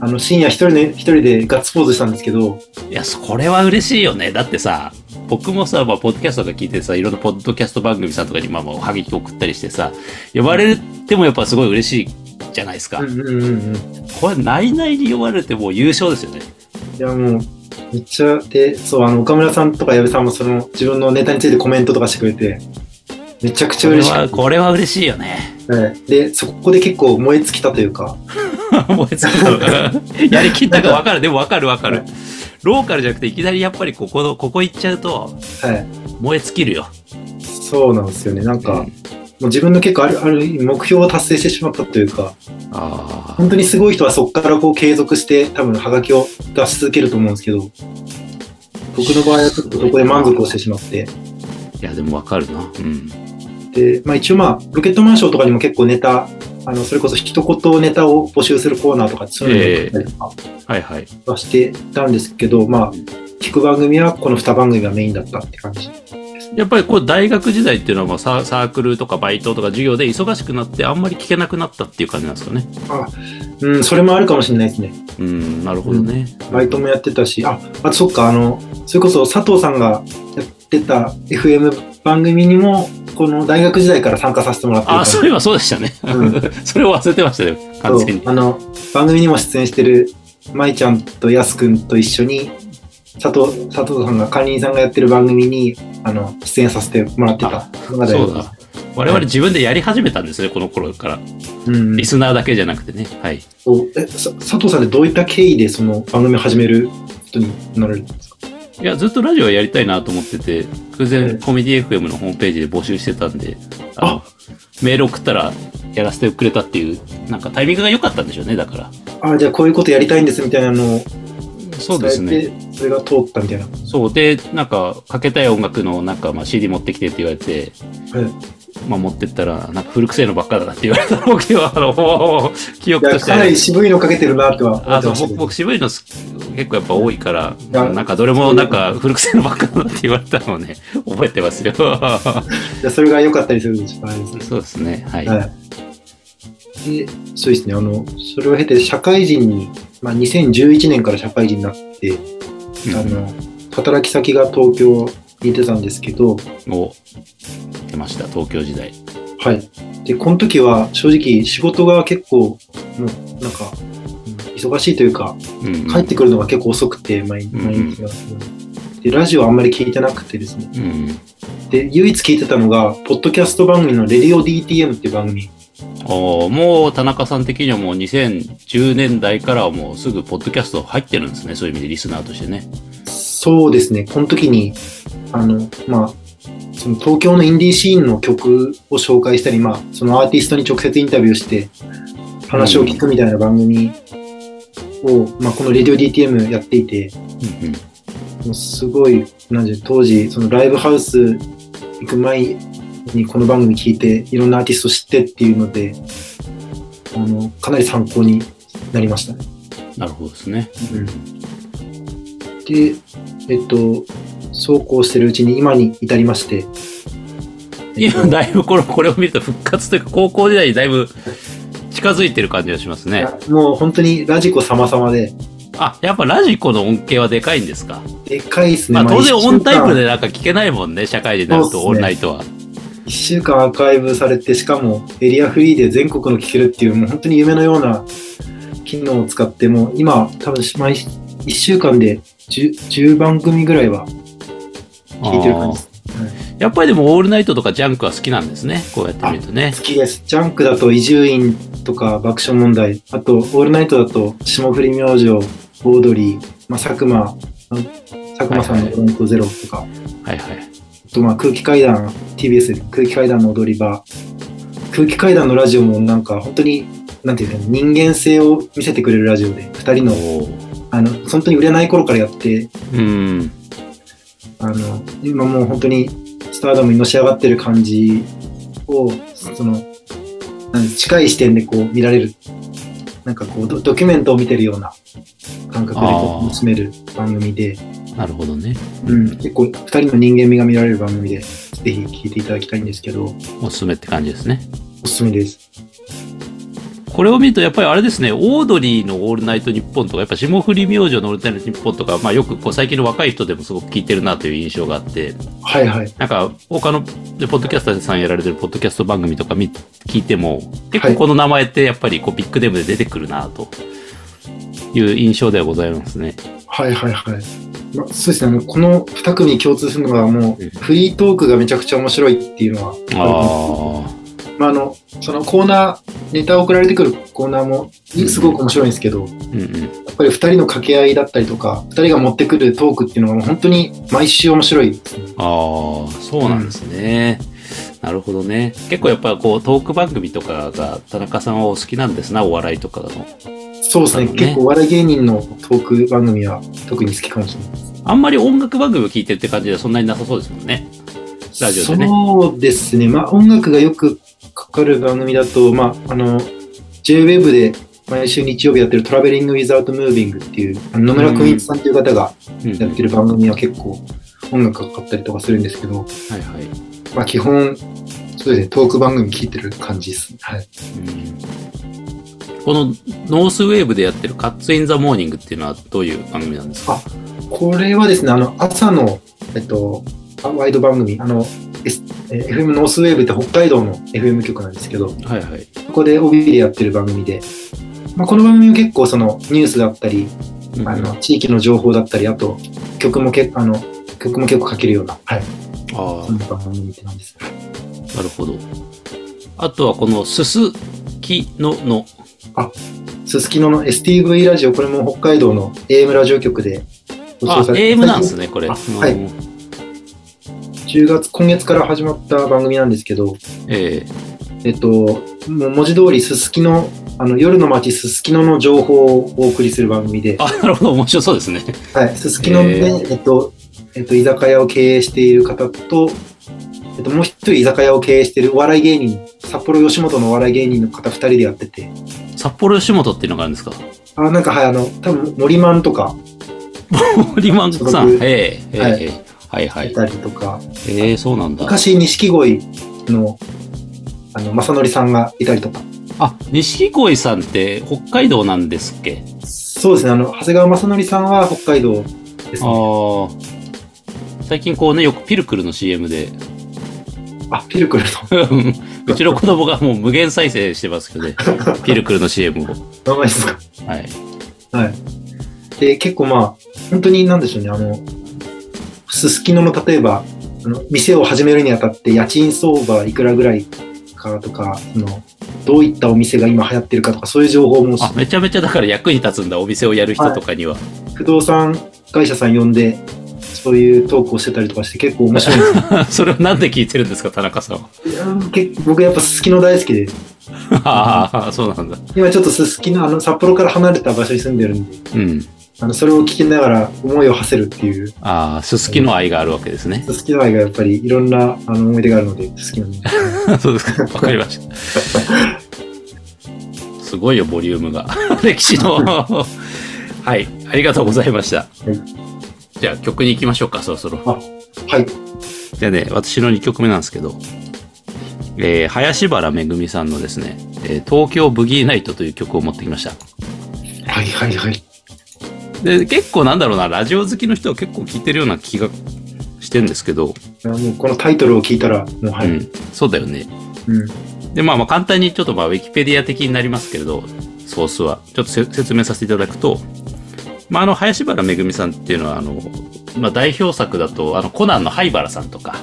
あの、深夜一人で、一人でガッツポーズしたんですけど、いや、そこれは嬉しいよね。だってさ、僕もさ、まあ、ポッドキャストとか聞いてさ、いろんなポッドキャスト番組さんとかに、まあ、まあ、おはぎき送ったりしてさ、呼ばれてもやっぱすごい嬉しいじゃないですか。うんうんうんうん。いこれ、ナイナイに呼ばれてもう優勝ですよね。や、もう、めっちゃ、で、そう、あの、岡村さんとか矢部さんもその、自分のネタについてコメントとかしてくれて、めちゃくちこゃれ嬉しかは、った。これは嬉しいよね。はいで、そこで結構燃え尽きたというか、燃え尽きたのかな (laughs) やりきったか分かるでも分かる分かるローカルじゃなくていきなりやっぱりここのここ行っちゃうとはい。燃え尽きるよ、そうなんですよね。なんか、うもんう自分の結構ある、ある意味目標を達成してしまったというか、あー本当にすごい人はそこからこう継続して多分ハガキを出し続けると思うんですけど僕の場合はちょっとそこで満足をしてしまっていやでも分かるなうんで、まあ、一応まあロケットマンションとかにも結構ネタあのそれこそ一言ネタを募集するコーナーとかそういうのをやったりとかはいはいはしてたんですけど、まあうん聞く番組はこの2番組がメインだったって感じやっぱりこう大学時代っていうのはもうササークルとかバイトとか授業で忙しくなってあんまり聞けなくなったっていう感じなんですかねうんそれもあるかもしれないですねうんなるほどね、バイトもやってたしああとそっかあのそれこそ佐藤さんがやってた FM 番組にもこの大学時代から参加させてもらってるからあそういえばそうでしたね、うそれを忘れてましたね完全にそうあの番組にも出演してる舞ちゃんとやすくんと一緒に佐藤佐藤さんが管理人さんがやってる番組にあの出演させてもらってたのが大そ学うだ我々自分でやり始めたんですねこの頃からうんリスナーだけじゃなくてねはいそうえさ佐藤さんってどういった経緯でその番組を始めることになられるんですかいや、ずっとラジオやりたいなと思ってて、偶う然んコメディ FM のホームページで募集してたんで、あのあメール送ったらやらせてくれたっていう、なんかタイミングが良かったんでしょうね、だから。あじゃあこういうことやりたいんですみたいなのを伝そうですえてね。それが通ったみたいな、そう。で、なんか、かけたい音楽の、なんか、まあ、CD 持ってきてって言われて、はいまあ、持ってったら、なんか、古くせえのばっかだなって言われた僕は、あの、 (laughs) 記い憶とやしてかあなるり渋いのかけてるなとは思あってとました僕けど僕渋いのす結構やっぱ多いからやなんかどれもなんか古くせえのばっかだなって言われたのをね覚えてますよ (laughs) いやそれが良かったりするんですよねそうですねはい、はい。で、そうですね、あの、それを経て、社会人に、まあ、2011年から社会人になって、うんあの、働き先が東京にいてたんですけど、を出ました東京時代はい。で、この時は、正直、仕事が結構、もう、なんか、うん忙しいというか、うんうん帰ってくるのが結構遅くて、毎ん毎日が、で、ラジオあんまり聞いてなくてですね。うん。で、唯一聞いてたのが、ポッドキャスト番組のレディオ DTM っていう番組。おーもう田中さん的にはもう2010年代からはもうすぐポッドキャスト入ってるんですね。そういう意味でリスナーとしてね。そうですね、この時に、あの、まあ、その東京のインディーシーンの曲を紹介したり、まあ、そのアーティストに直接インタビューして、話を聞くみたいな番組を、まあ、このレディオ DTM やっていて、うんうん。もうすごい、なんで、当時、そのライブハウス行く前にこの番組聞いて、いろんなアーティスト知ってっていうので、あの、かなり参考になりましたね。なるほどですね。で、えっと、そうこうしてるうちに今に至りまして、えっ今とだいぶこれこれを見ると復活というか高校時代にだいぶ近づいてる感じがしますいね。やもう本当にラジコ様々で、あ、やっぱラジコの恩恵はでかいんですか。でかいですね。まあ当然一週オ間ンタイプ。でなんか聞けないもんね。社会人になるそうっとすねオンラインとは。 1週間アーカイブされて、しかもエリアフリーで全国の聞けるっていう、もう本当に夢のような機能を使って、もう今、多分毎1週間で 10, 10番組ぐらいは聞いてる感じです。やっぱりでもオールナイトとかジャンクは好きなんですね。こうやって見るとね。好きです。ジャンクだと伊集院とか爆笑問題、あとオールナイトだと霜降り明星、オードリー、まあ、佐久間、うん佐久間さんのフロントゼロとか、はいはい。あとまあ空気階段、TBS で空気階段の踊り場、空気階段のラジオもなんか本当に、なんていうか人間性を見せてくれるラジオで、二人の、おーあの、本当に売れない頃からやって、うん。あの、今もう本当にスターダムにのし上がってる感じを、その、なん近い視点でこう見られる、なんかこうドドキュメントを見てるような感覚でこあーう楽しめる番組で、なるほどね。うん、結構二人の人間味が見られる番組で、ぜひ聞いていただきたいんですけど、おすすめって感じですね。おすすめです。これを見るとやっぱりあれですね、オードリーのオールナイトニッポンとか、やっぱ霜降り明星のオールナイトニッポンとか、まあよくこう最近の若い人でもすごく聞いてるなという印象があって、はいはい。なんか他のでポッドキャスターさんやられてるポッドキャスト番組とか見聞いても、結構この名前ってやっぱりこうビッグネームで出てくるなという印象ではございますね。はいはいはい。まあ、そうですね、あのこの二組に共通するのがもうんう、フリートークがめちゃくちゃ面白いっていうのは、あまあ、あの、そのコーナー、ネタ送られてくるコーナーもうんすごく面白いんですけあ、ど、うんうん。やっぱり2人の掛け合いだったりとか、2人が持ってくるトークっていうのがもう本当に毎週面白いですね。ああ、そうなんですね。なるほどね。結構やっぱこうトーク番組とかが田中さんはお好きなんですな、お笑いとかの。そうですね、なるほどね結構お笑い芸人のトーク番組は特に好きかもしれないあんまり音楽番組を聴いてるって感じではそんなになさそうですもんね。ラジオでねそうですね、まあ音楽がよくかかる番組だと、まあ、あの、JWAVE で毎週日曜日やってるトラベリング・ウィザート・ムービングっていう、あの野村君一さんという方がうんやってる番組は結構音楽がかかったりとかするんですけど、はいはい。まあ基本、そうですね、トーク番組聞いてる感じですね。はい。うんこのノースウェーブでやってるカッツ・イン・ザ・モーニングっていうのはどういう番組なんですかこれはですね、あの、朝の、えっと、あワイド番組、あの、S えー FM ノースウェーブって北海道の FM 局なんですけど、こはいはい。こで帯でやってる番組で、まあ、この番組も結構そのニュースだったり、うんああの、地域の情報だったり、あと、曲も結構、あの、曲も結構かけるような、はい。あそんな番組って感じです。なるほど。あとはこのすすきのの。すすきのの STV ラジオ、これも北海道の AM ラジオ局で放あ、送されて、 AM なんですね、これ。あはいうん10月、今月から始まった番組なんですけど、えええっと、もう文字通りすすきの、あの、夜の街すすきのの情報をお送りする番組で、あ、なるほど、面白そうですね。はい、すすきので、へーえっと、えっと、居酒屋を経営している方と、えっと、もう一人居酒屋を経営しているお笑い芸人、札幌吉本のお笑い芸人の方二人でやってて、札幌吉本っていうのがあるん (laughs) ですかあ、なんかはい、あの、多分森マンとか、リマンクさん。ええええはいええはいはいい。たりとか、ええそうなんだ。昔、錦鯉の、あの、正則さんがいたりとか、あ、錦鯉さんって北海道なんですっけそうですね、あの、長谷川正則さんは北海道ですね。ああ。最近こうね、よくピルクルの CM (laughs) で、あ、ピルクルうんうちの (laughs) 子供がもう無限再生してますけどね、ピルクルの CM を。の名前ですかはい。はい。で、結構まあ、本当になんでしょうね、あの、すすきのの例えば、あの店を始めるにあたって家賃相場いくらぐらいかとか、その、どういったお店が今流行ってるかとか、そういう情報もあ、めちゃめちゃだから役に立つんだ、お店をやる人とかに (laughs) は。不動産会社さん呼んで、そういうトークをしてたりとかして結構面白いんですそれをなんで聞いてるんですか、田中 (laughs) さんは。いやー結僕やっぱすすきの大好きで、ああ、そうなんだ。今ちょっとすすきの、あの、札幌から離れた場所に住んでるんで、うん。あの、それを聞きながら思いを馳せるっていうああ、すすきの愛があるわけですね。好きな愛がやっぱりいろんなあの思い出があるので好きなんで (laughs) そうですか。わかりました。すごいよ、ボリュームが。 (laughs) 歴史の。はい。ありがとうございました。じゃあ曲に行きましょうか、そろそろ。はいじゃあね、私の2曲目なんですけど、えー林原めぐみさんのですね、えー東京ブギーナイトという曲を持ってきました。はいはいはいで、結構なんだろうな、ラジオ好きの人は結構聴いてるような気がしてんですけど、あもうこのタイトルを聞いたらもうはうい、ん、そうだよね。うんで、まあまあ簡単にちょっとまあウィキペディア的になりますけれど、ソースは。ちょっとせ説明させていただくと、まああの、林原めぐみさんっていうのは、あの、まあ代表作だと、あの、コナンの灰原さんとか、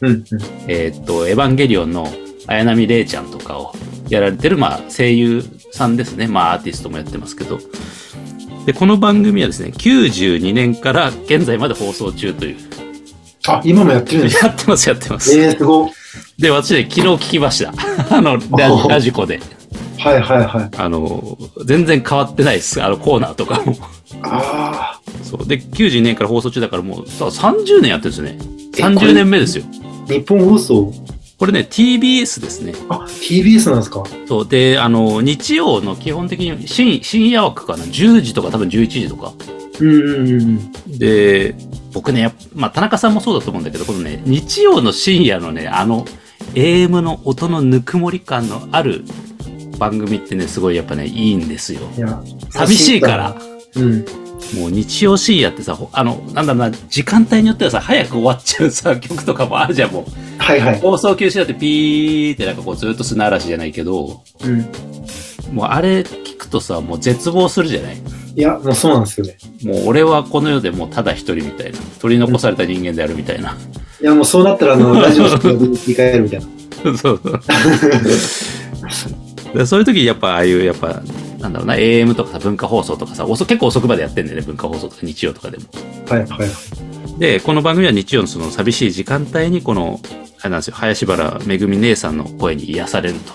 うんえーっと、エヴァンゲリオンの綾波レイちゃんとかをやられてる、まあ声優さんですね。まあアーティストもやってますけど。で、この番組はですね、92年から現在まで放送中という。あ今もやってるんですやってます、やってます。 (laughs) えー、すごっで、私ね、昨日聞きました。 (laughs) あの、ララジコで。はいはいはいあの、全然変わってないです。あの、コーナーとかも。あそう。で、92年から放送中だからもう、さ30年やってるんですよね。えこれ30年目ですよ。ー日本放送これね、TBS ですね。あ TBS なんですかそう。で、あの、日曜の基本的に深深夜枠かな。10時とか多分11時とか。うんうんうんで、僕ね、やっぱまあ、田中さんもそうだと思うんだけど、このね、日曜の深夜のね、あの、AM の音のぬくもり感のある番組ってね、すごいやっぱね、いいんですよ。いや寂しいから。うんもう日曜深夜ってさ、ほあの、なんだろうな、時間帯によってはさ、早く終わっちゃうさ、 (laughs) 曲とかもあるじゃん、もう。はいはい放送休止だってピーってなんかこうずっと砂嵐じゃないけど、うんもうあれ聞くとさ、もう絶望するじゃないいやもうそうなんですよねもう俺はこの世でもうただ一人みたいな。取り残された人間であるみたいな。 (laughs) いやもうそうなったらあ (laughs) のラジオして振り返るみたいな (laughs) そうそう。でそういう時にやっぱああいう、やっぱ、なんだろうな、AM とかさ、文化放送とかさ、遅結構遅くまでやってんだよね、文化放送とか日曜とかでも。はいはいで、この番組は日曜のその寂しい時間帯に、この、あれなんですよ、林原めぐみ姉さんの声に癒されると。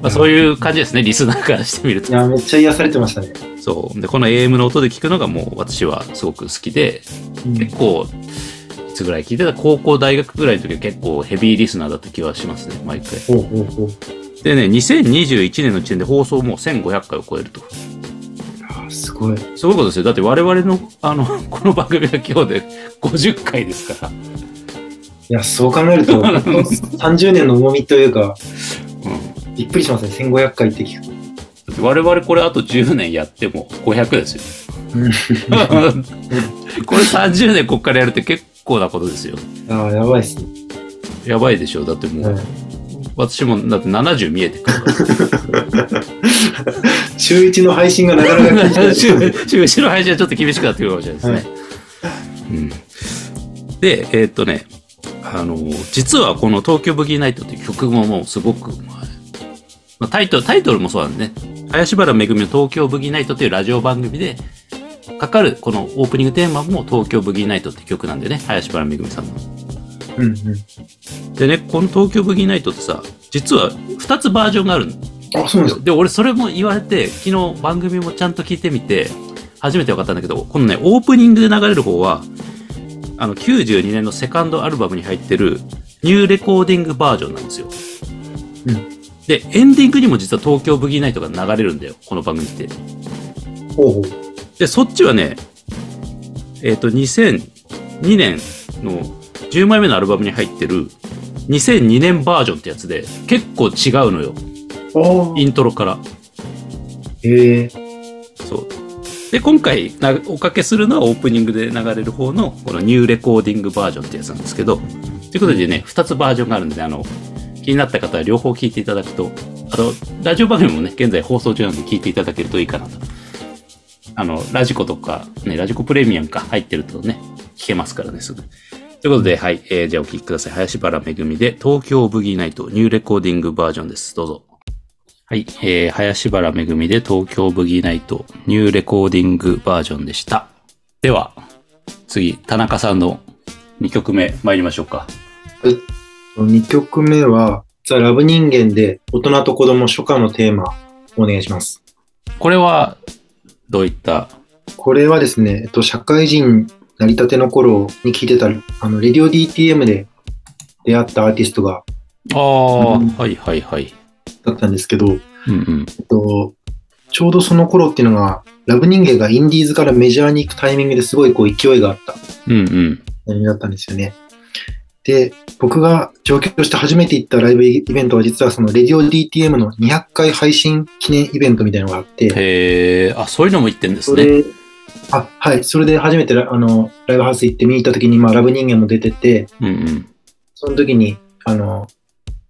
まあ、そういう感じですね、リスナーからしてみるいと。やめっちゃ癒されてましたね、そう。で、この AM の音で聞くのがもう私はすごく好きで、うん結構、いつぐらい聞いてた高校、大学ぐらいの時は結構ヘビーリスナーだった気はしますね、毎回。ほうほうほうでね、2021年の時点で放送もう1500回を超えると。あーすごいすごいことですよ。だって我々の、あの、この番組は今日で50回ですから。いや、そう考えると、30年の重みというか、うん。びっくりしますね。1500回って聞くだって我々これあと10年やっても500ですよ。これ30年こっからやるって結構なことですよ。と。ああ、やばいっすね。やばいでしょ。だってもう、はい私もだって70見えてくるから。週一の配信が (laughs) なかなか聞いてない週週後ろ配信はちょっと厳しくなってくるかもしれないですね。うん、で、えーっとね、あの、実はこの東京ブギーナイトっていう曲ももうすごく、まあ、タイトル、タイトルもそうなんですね。林原めぐみの東京ブギーナイトっていうラジオ番組で、かかるこのオープニングテーマも東京ブギーナイトって曲なんでね、林原めぐみさんの。 (laughs) うんうん。でね、この東京ブギーナイトってさ、実は2つバージョンがあるんあ、そうなでんですよか。で、俺それも言われて、昨日番組もちゃんと聞いてみて、初めて分かったんだけど、このね、オープニングで流れる方は、あの、92年のセカンドアルバムに入ってる、ニューレコーディングバージョンなんですよ。うんで、エンディングにも実は東京ブギーナイトが流れるんだよ、この番組って。ほうほう。で、そっちはね、えっ、と、2002年の10枚目のアルバムに入ってる、2002年バージョンってやつで、結構違うのよ、ああイントロから。へえ。そう。で、今回なおかけするのはオープニングで流れる方の、このニューレコーディングバージョンってやつなんですけど、ということでね、2つバージョンがあるんで、あの、気になった方は両方聞いていただくと、あと、ラジオ番組もね、現在放送中なんで聞いていただけるといいかなとあの、ラジコとか、ね、ラジコプレミアムか入ってるとね、聞けますからね、すぐ。ということで、はい、えーじゃあお聞きください。林原めぐみで、東京ブギーナイト、ニューレコーディングバージョンです。どうぞ。はい、えー、林原めぐみで、東京ブギーナイト、ニューレコーディングバージョンでした。では、次、田中さんの2曲目参りましょうか。 2曲目は、ザ・ラブ人間で、大人と子供初夏のテーマ、お願いします。これは、どういった、これはですね、えっと、社会人なりたての頃に聴いてた、あの、レディオ DTM で出会ったアーティストが、ああ、はいはいはい。だったんですけど、うんうん。えっと、ちょうどその頃っていうのが、ラブ人間がインディーズからメジャーに行くタイミングですごいこう勢いがあったうんうん。タイミングだったんですよね。で、僕が上京して初めて行ったライブイベントは実はそのレディオ DTM の200回配信記念イベントみたいなのがあって、へえ、あ、そういうのも言ってんですそね。れ、あ、はい、それで初めてラあのライブハウス行って見に行った時に、まあラブ人間も出てて、うんうん。その時に、あの、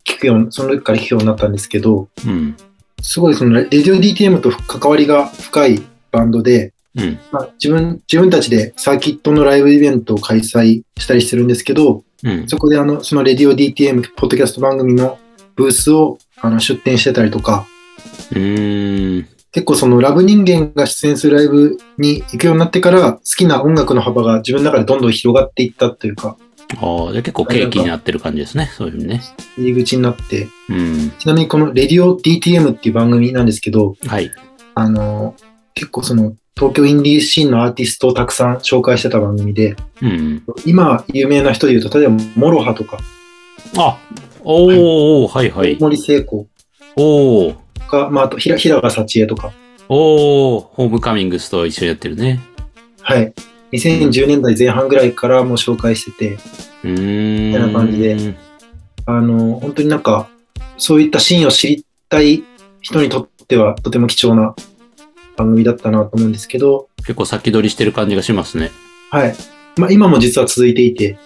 聞くような、その時から聞くようになったんですけど、うん。すごいその、レディオ DTM と関わりが深いバンドで、うん。まあ、自分、自分たちでサーキットのライブイベントを開催したりしてるんですけど、うん。そこであの、そのレディオ DTM ポッドキャスト番組のブースをあの出展してたりとか、うーん。結構そのラブ人間が出演するライブに行くようになってから、好きな音楽の幅が自分の中でどんどん広がっていったというか、ああ、じゃあ結構契機になってる感じですね。そういうふうにね。入り口になって、うん。ちなみにこのレディオ DTM っていう番組なんですけど、はい。あの、結構その、東京インディーシーンのアーティストをたくさん紹介してた番組で、うんうん。今有名な人で言うと、例えば、モロハとか、あ、おー、はい、はい大。森聖子おー、とか、まあ、あと平、平賀幸恵とか、おー、ホームカミングスと一緒にやってるね。はい。2010年代前半ぐらいからもう紹介してて、うーん。みたいな感じで。あの、本当になんか、そういったシーンを知りたい人にとっては、とても貴重な番組だったなと思うんですけど、結構先取りしてる感じがしますね。はい。まあ、今も実は続いていて、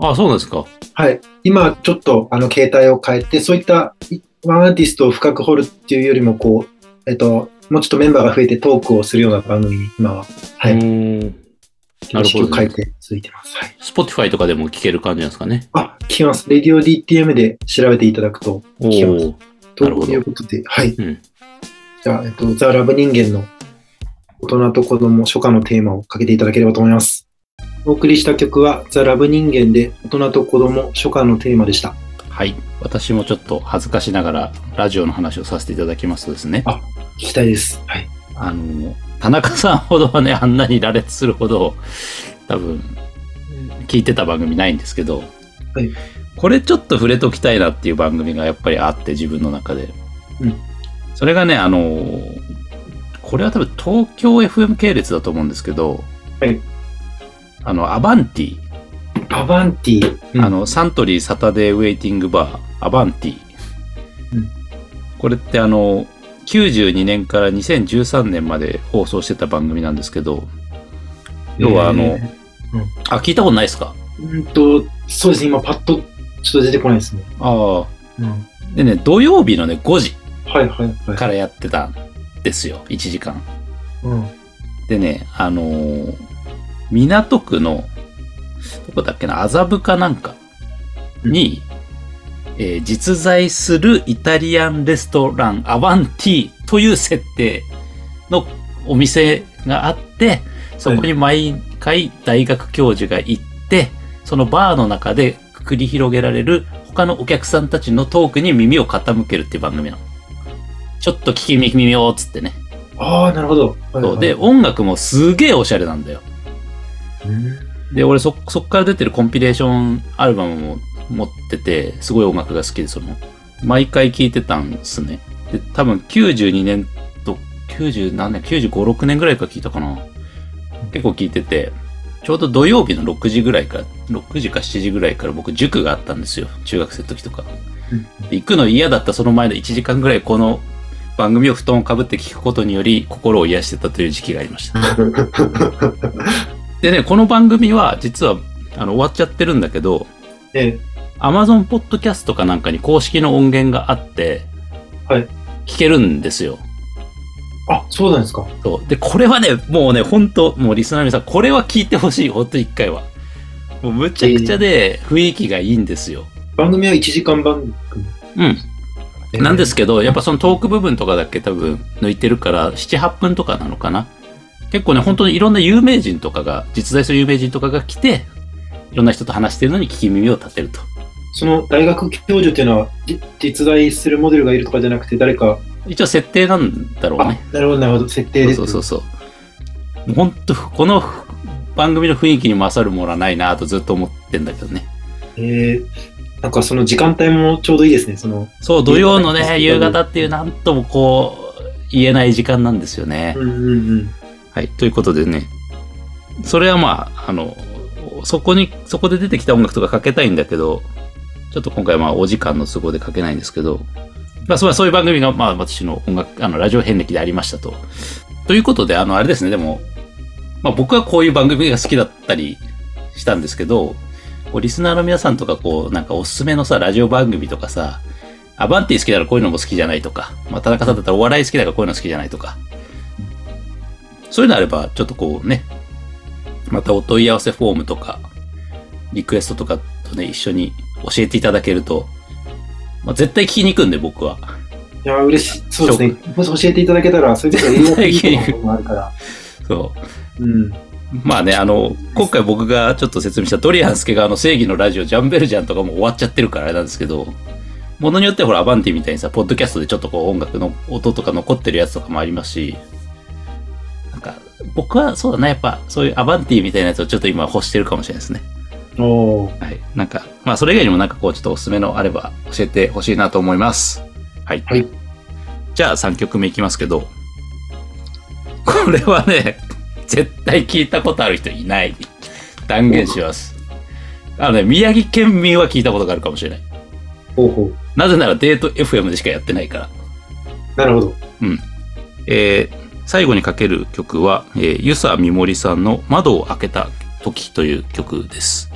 あ、そうなんですか。はい。今、ちょっと、あの、携帯を変えて、そういった、いワンアーティストを深く掘るっていうよりも、こう、えっと、もうちょっとメンバーが増えてトークをするような番組に、今は、はうい。ーん。なる形ほ式どねを変えて続いてます。はい。 Spotify とかでも聞ける感じなんですかね。あ、聞きます。レディオ DTM で調べていただくと、お聞けますー。となるほどいうことで、はい。うんじゃあ、えっと、ザ・ラブ人間の大人と子供初夏のテーマをかけていただければと思います。お送りした曲は、ザ・ラブ人間で大人と子供初夏のテーマでした。はい。私もちょっと恥ずかしながらラジオの話をさせていただきますとですね。あ聞きたいです。はい。あの、田中さんほどはね、あんなに羅列するほど、多分、聞いてた番組ないんですけど、はいこれちょっと触れときたいなっていう番組がやっぱりあって、自分の中で。うんそれがね、あの、これは多分東京 FM 系列だと思うんですけど、はいあの、アバンティ、アバンティ。うんあ、の、サントリーサタデーウェイティングバー、アバンティ。うんこれってあの、92年から2013年まで放送してた番組なんですけど、要はあの、えーあ、聞いたことないですかうんと、そうですね、今パッとちょっと出てこないですね。ああ。うん。でね、土曜日のね、5時はいはいはい。からやってたんですよ、1時間。うん。でね、あのー港区の、どこだっけな、麻布かなんかに、えー実在するイタリアンレストランアバンティという設定のお店があって、そこに毎回大学教授が行って、そのバーの中で繰り広げられる他のお客さんたちのトークに耳を傾けるっていう番組なの。ちょっと聞き耳をつってね。ああ、なるほど。はいそうはいで、、音楽もすげえおしゃれなんだよ。うんで、俺そ、そっから出てるコンピレーションアルバムも持ってて、すごい音楽が好きで、その、毎回聴いてたんですね。で、多分92年と、90何年、95、6年ぐらいから聴いたかな。結構聴いてて、ちょうど土曜日の6時ぐらいから、6時か7時ぐらいから僕塾があったんですよ。中学生の時とか。うんで行くの嫌だったその前の1時間ぐらいこの番組を布団をかぶって聞くことにより心を癒してたという時期がありました。でね、この番組は実はあの終わっちゃってるんだけど、え Amazon Podcast かなんかに公式の音源があって、はい聞けるんですよ。あ、そうなんですか。そう。で、これはね、もうね、ほんと、もうリスナーの皆さん、これは聞いてほしい、ほんと一回は。もうむちゃくちゃで、雰囲気がいいんですよ。番組は1時間番組。うん。なんですけど、やっぱそのトーク部分とかだけ多分抜いてるから、7、8分とかなのかな。結構ね、本当にいろんな有名人とかが、実在する有名人とかが来て、いろんな人と話してるのに聞き耳を立てると。その大学教授っていうのは、じ実在するモデルがいるとかじゃなくて、誰か、一応設定なんだろうあね。、なるほど、なるほど、設定です。そうそうそうそう。もう本当この番組の雰囲気に勝るものはないなとずっと思ってんだけどね。えーなんかその時間帯もちょうどいいですね、その。そう、土曜のね、夕夕方方っていうなんともこう、言えない時間なんですよね。うんうんうん。はい、ということでね、それはまあ、あの、そこに、そこで出てきた音楽とかかけたいんだけど、ちょっと今回まあお時間の都合でかけないんですけど、まあそうそういう番組がまあ私の音楽、あの、ラジオ遍歴でありましたと。ということで、あの、あれですね、でも、まあ僕はこういう番組が好きだったりしたんですけど、こうリスナーの皆さんとかこう、なんかおすすめのさ、ラジオ番組とかさ、アバンティ好きならこういうのも好きじゃないとか、まあ田中さんだったらお笑い好きだからこういうの好きじゃないとか、そういうのあれば、ちょっとこうね、またお問い合わせフォームとか、リクエストとかとね、一緒に教えていただけると、まあ、絶対聞きに行くんで、僕は。いや、嬉しい。そうですね。もし教えていただけたら、そう (laughs) いうことがいいなっていうこともあるから。そう。うん。まあね、あの、今回僕がちょっと説明したドリアンスケがあの正義のラジオジャンベルジャンとかもう終わっちゃってるからあれなんですけど、ものによってはほら、アバンティみたいにさ、ポッドキャストでちょっとこう音楽の音とか残ってるやつとかもありますし、なんか、僕はそうだな、やっぱそういうアバンティみたいなやつをちょっと今欲してるかもしれないですね。おーはい。なんか、まあ、それ以外にもなんかこう、ちょっとおすすめのあれば教えてほしいなと思います。はい。はいじゃあ、3曲目いきますけど、これはね、絶対聞いたことある人いない。断言します。あのね、宮城県民は聞いたことがあるかもしれない。ほうほう。なぜならデート FM でしかやってないから。なるほど。えー最後にかける曲は、えー、ゆさみもりさんの窓を開けた時という曲です。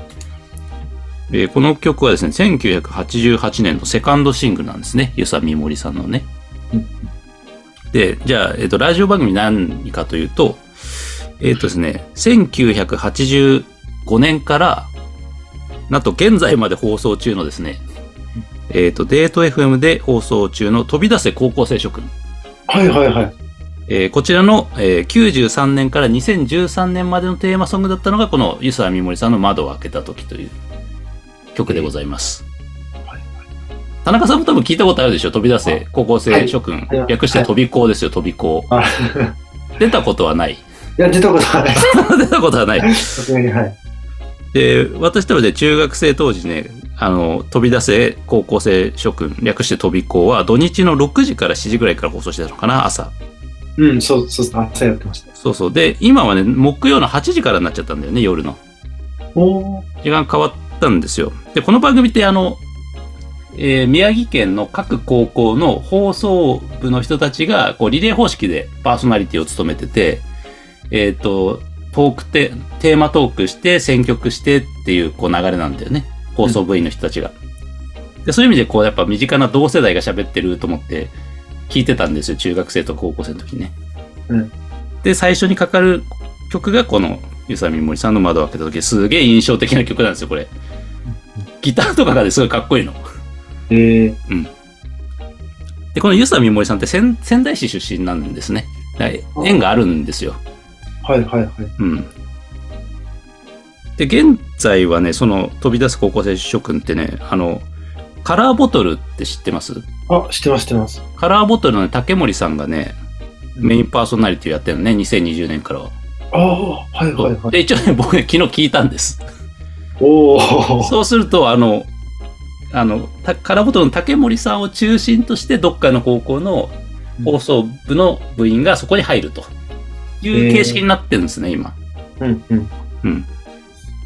えーこの曲はですね、1988年のセカンドシングルなんですね。ゆさみもりさんのねうん。で、じゃあ、えっ、と、ラジオ番組何かというと、えっ、とですね、1985年から、なんと現在まで放送中のですね、えっ、と、デート FM で放送中の飛び出せ高校生諸君。はいはいはい。えーこちらの、えー93年から2013年までのテーマソングだったのがこの湯沢みもりさんの「窓を開けた時」という曲でございます、はい田中さんも多分聞いたことあるでしょ飛び出せ高校は生い諸君、はい略して飛び校ですよ飛び校あ出たことはない (laughs) いや、出たことはない。出たことはないさすがに、はい。で私多分ね中学生当時ねあの飛び出せ高校生諸君略して飛び校は土日の6時から7時ぐらいから放送してたのかな朝うん、そう、そう、朝やってました。そうそうで今はね木曜の8時からになっちゃったんだよね夜のおー時間変わったんですよ。で、この番組ってあの、えー宮城県の各高校の放送部の人たちが、こう、リレー方式でパーソナリティを務めてて、えっ、と、トークテ、テーマトークして、選曲してっていう、こう、流れなんだよね。放送部員の人たちが。で、そういう意味で、こう、やっぱ身近な同世代が喋ってると思って、聞いてたんですよ。中学生と高校生の時ね。うんで、最初にかかる曲がこの、ゆさみもりさんの窓を開けた時、すげえ印象的な曲なんですよ、これ。ギターとかがね、すごいかっこいいの。えー、で、このゆさみもりさんって仙仙台市出身なんですね。だから縁があるんですよ。はいはいはい。うん。で、現在はね、その飛び出す高校生諸君ってね、あの、カラーボトルって知ってますあ、知ってます、知ってます。カラーボトルのね、竹森さんがね、メインパーソナリティをやってるのね、2020年からは。ああー、はいはいはい。で、一応ね、僕ね、昨日聞いたんです。おーそうすると、あの、あの、たカラーボトルの竹森さんを中心として、どっかの高校の放送部の部員がそこに入るという形式になってるんですね、今。うんうん。うん。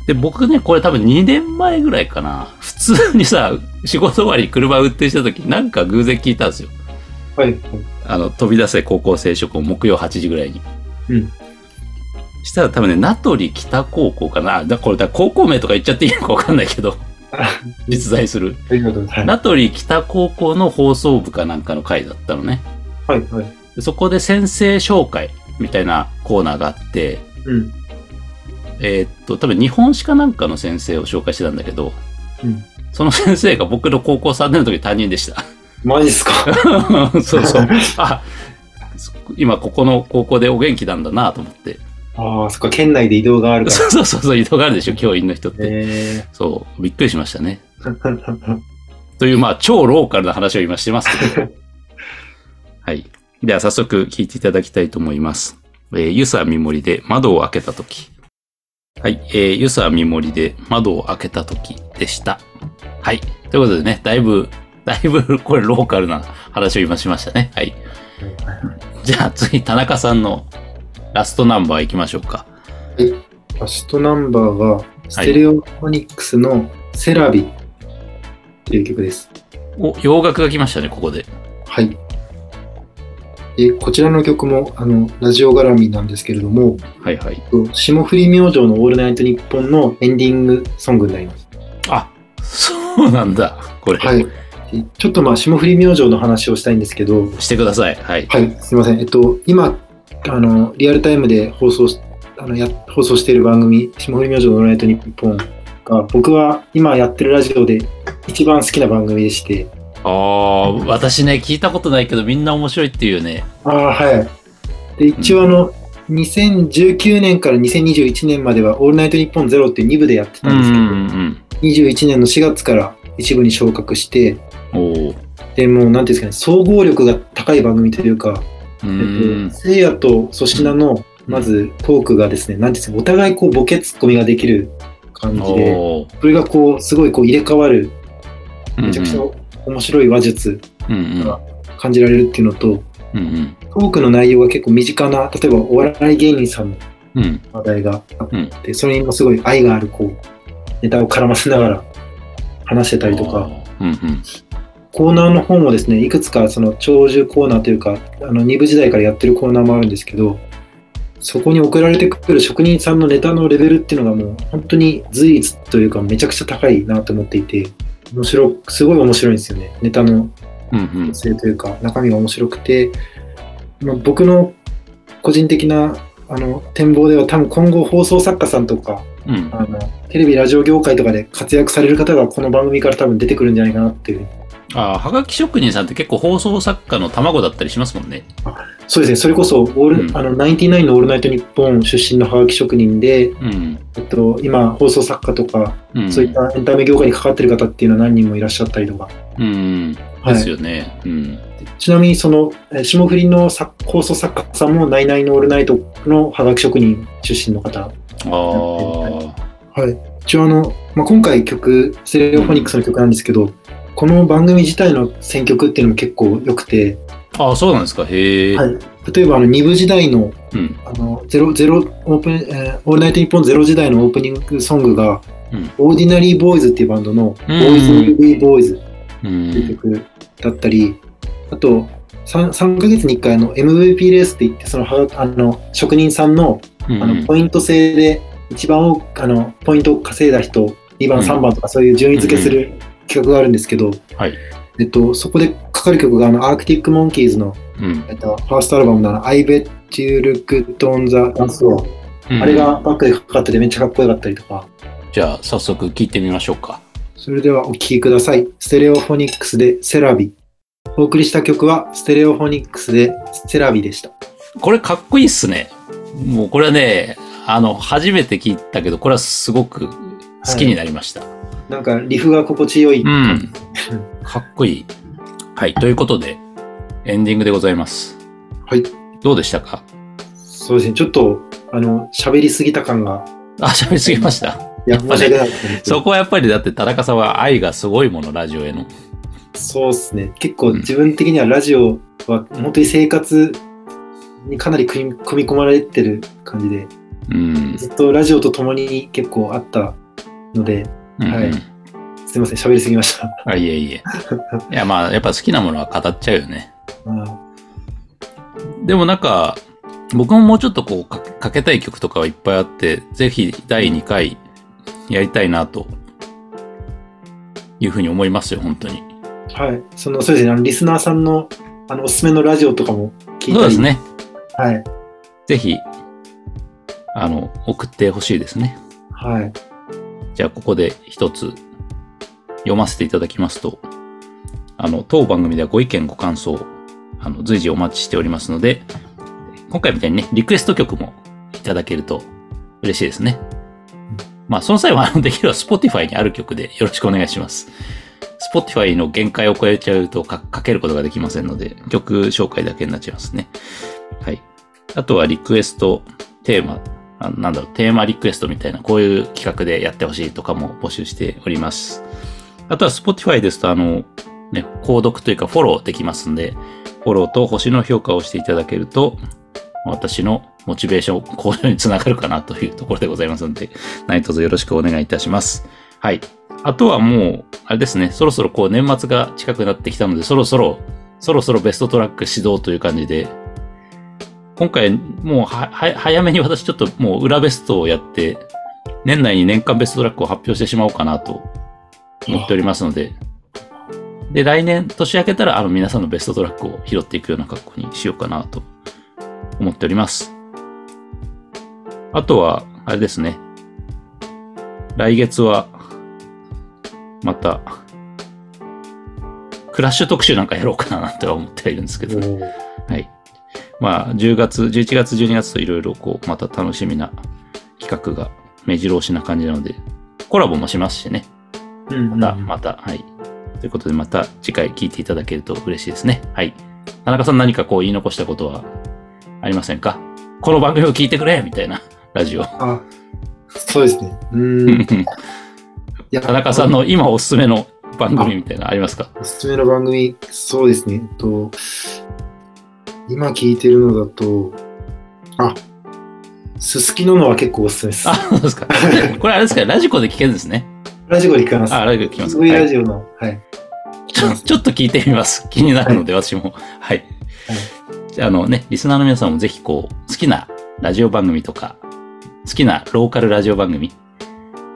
で、僕ね、これ多分2年前ぐらいかな。普通にさ、仕事終わりに車運転した時、なんか偶然聞いたんですよ。はいはい。あの、飛び出せ高校生職を木曜8時ぐらいに。うん。したら多分ね、名取北高校かな。だこれ、だ高校名とか言っちゃっていいのかわかんない (laughs) けど、あ実在する。 (laughs) ありがとうございま名取北高校の放送部かなんかの回だったのね。す。はいはい。ででそこで先生紹介みたいなコーナーがあって、うん。えーっと、多分日本史かなんかの先生を紹介してたんだけど、うんその先生が僕の高校3年の時担任で (laughs) した。マジっすかそうそう。あ、そ今ここの高校でお元気なんだなと思って。ああ、そっか、県内で移動があるかそら。うそうそうそう、移動があるでしょ、教員の人って。えそう、びっくりしましたね。ー、という、まあ、超ローカルな話を今してますけ (laughs) ど。はい。では、早速聞いていただきたいと思います。えー、ユサミモリで窓を開けたとき。はい。えー、ユサミモリで窓を開けたときでした。はい。ということでね、だいぶ、だいぶ、これローカルな話を今しましたね。はい。じゃあ、次、田中さんのラストナンバー行きましょうか。ラストナンバーが、ステレオフォニックスのセラビっていう曲です。お、洋楽が来ましたね、ここで。はい。でこちらの曲も、あの、ラジオ絡みなんですけれども、はいはい。霜降り明星のオールナイトニッポンのエンディングソングになります。あ、そうなんだ。これ。はい。でちょっとまあ、霜降り明星の話をしたいんですけど、してください。はい。はい、すいません。えっと、今、あの、リアルタイムで放送し、あの、や、放送している番組、霜降り明星のオールナイトニッポンが、僕は今やってるラジオで一番好きな番組でして、ああ、私ね、聞いたことないけど、みんな面白いっていうね。ああ、はい。で、一応あの、2019年から2021年までは、オールナイトニッポンゼロって2部でやってたんですけど、ん21年の4月から一部に昇格して、うん。おお。で、もう、なんていうんですかね、総合力が高い番組というか、うえっんと、。せいやと粗品の、まずトークがですね、なんていうんですか、お互いこう、ボケツッコミができる感じで、おお。それがこう、すごいこう、入れ替わる、めめちゃくちゃ面白い話術うんうん。感じられるっていうのと、うんトークの内容が結構身近な、例えばお笑い芸人さんのうん。うん。話題があって、それにもすごい愛がある、こう、ネタを絡ませながら話してたりとか、うんうん。コーナーの方もですね、いくつかその長寿コーナーというか、あの2部時代からやってるコーナーもあるんですけど、そこに送られてくる職人さんのネタのレベルっていうのがもう本当に随一というかめちゃくちゃ高いなと思っていて、面白く、すごい面白いんですよね。ネタのうんうん。性というか中身が面白くて、まあ、僕の個人的なあの展望では多分今後放送作家さんとか、うん。あのテレビ、ラジオ業界とかで活躍される方がこの番組から多分出てくるんじゃないかなっていうああ、はがき職人さんって結構放送作家の卵だったりしますもんね。そうですね、それこそオーうル、んあの、ナインティナインのオールナイトニッポン出身のハガキ職人で、うん。えっと、今、放送作家とか、うん。そういっ。たエンタメ業界に関わってる方っていうのは何人もいらっしゃったりとか。うん。はですい、よね。うん。ちなみに、その、えー霜降りの作放送作家さんも、ナイナイのオールナイトのハガキ職人出身の方。ああ。はい。一応、あの、まあ、今回曲、ステレオフォニックスの曲なんですけど、この番組自体の選曲っていうのも結構良くて、ああ、そうなんですか。へえ。はい例えば、あの、2部時代のうん。あの、ゼロ、ゼロ、オープン、えーオールナイトニッポンゼロ時代のオープニングソングが、うんオーディナリーボーイズっていうバンドの、ボうんーイズ・ウィル・ボーイズっう。ていうん曲だったり、あと、3, 3ヶ月に1回あの MVP レースって言って、その、はあの、職人さんの、うあの、ん。ポイント制で、一番多く、あの、ポイントを稼いだ人、2番、うん3番とかそういう順位付けする企画があるんですけど、はい。えっと、そこでかかる曲が、あの、アークティック・モンキーズの、うん。えっと、ファーストアルバムのあの、I bet you look on the dance floor あれが。バックでかかっててめっちゃかっこよかったりとか。じゃあ、早速聞いてみましょうか。それではお聴きください。ステレオフォニックスでセラビ。お送りした曲はステレオフォニックスでセラビでした。これかっこいいっすね。もうこれはね、あの、初めて聞いたけど、これはすごく好きになりました。なんかリフが心地よい。うん。かっこいい。はい。ということで、エンディングでございます。はい。どうでしたかそうですね。ちょっと、あの、喋りすぎた感が。あ、喋りすぎました。いや、っぱね申し訳なかったです。そこはやっぱりだって田中さんは愛がすごいもの、ラジオへの。そうですね。結構自分的にはラジオは本当に生活にかなり組み組み込まれてる感じで、うん。ずっとラジオと共に結構あったので、うんはいすいません。喋りすぎました。 (laughs) あ、いえいえ。いや、まあ、やっぱ好きなものは語っちゃうよね。あでもなんか、僕ももうちょっとこうか、かけたい曲とかはいっぱいあって、ぜひ第2回やりたいなと、いうふうに思いますよ、本当に。はい、そのそうですねあの、リスナーさんのあのおすすめのラジオとかも聞いたり。そうです。ね。はい。ぜひ、あの、送ってほしいですね。はい。じゃあ、ここで一つ読ませていただきますと、あの、当番組ではご意見、ご感想、あの、随時お待ちしておりますので、今回みたいにね、リクエスト曲もいただけると嬉しいですね。まあ、その際は、あのできれば Spotify にある曲でよろしくお願いします。Spotify の限界を超えちゃうとかかけることができませんので、曲紹介だけになっちゃいますね。はい。あとはリクエスト、テーマ、あのなんだろう、テーマリクエストみたいな、こういう企画でやってほしいとかも募集しております。あとは Spotify ですと、あの、ね、購読というかフォローできますんで、フォローと星の評価をしていただけると、私のモチベーション向上につながるかなというところでございますので、何卒よろしくお願いいたします。はい。あとはもう、あれですね、そろそろこう年末が近くなってきたので、そろそろ、そろそろベストトラック始動という感じで、今回、もうは、は、早めに私ちょっともう裏ベストをやって、年内に年間ベストトラックを発表してしまおうかなと思っておりますので、で、来年、年明けたら、あの、皆さんのベストトラックを拾っていくような格好にしようかなと思っております。あとは、あれですね。来月は、また、クラッシュ特集なんかやろうかななんて思っているんですけど、おーはい。まあ、10月、11月、12月といろいろこう、また楽しみな企画が目白押しな感じなので、コラボもしますしね。うん、うん。また、また、はい。ということで、また次回聞いていただけると嬉しいですね。はい。田中さん何かこう言い残したことはありませんかこの番組を聞いてくれみたいなラジオ。あ、そうですね。うーん。いや田中さんの今おすすめの番組みたいなのありますかおすすめの番組、そうですね。えっと、今聞いてるのだと、あ、すすきののは結構おすすめですあ。、そう (laughs) ですか。これあれですかラジコで聞けるんですね。ラジコで聞かます。あ、ラジコで聞きます。すごいはいラジオの、はい。ちょ (laughs) ちょっと聞いてみます。気になるので、私も。はい。じゃあ、あのね、リスナーの皆さんもぜひこう、好きなラジオ番組とか、好きなローカルラジオ番組。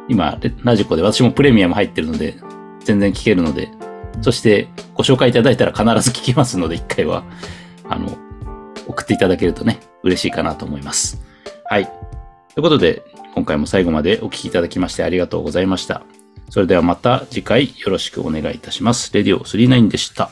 今、レラジコで私もプレミアム入ってるので、全然聞けるので、そしてご紹介いただいたら必ず聞きますので、一回は、あの、送っていただけるとね、嬉しいかなと思います。はい。ということで、今回も最後までお聞きいただきましてありがとうございました。それではまた次回よろしくお願いいたします。レディオ39でした。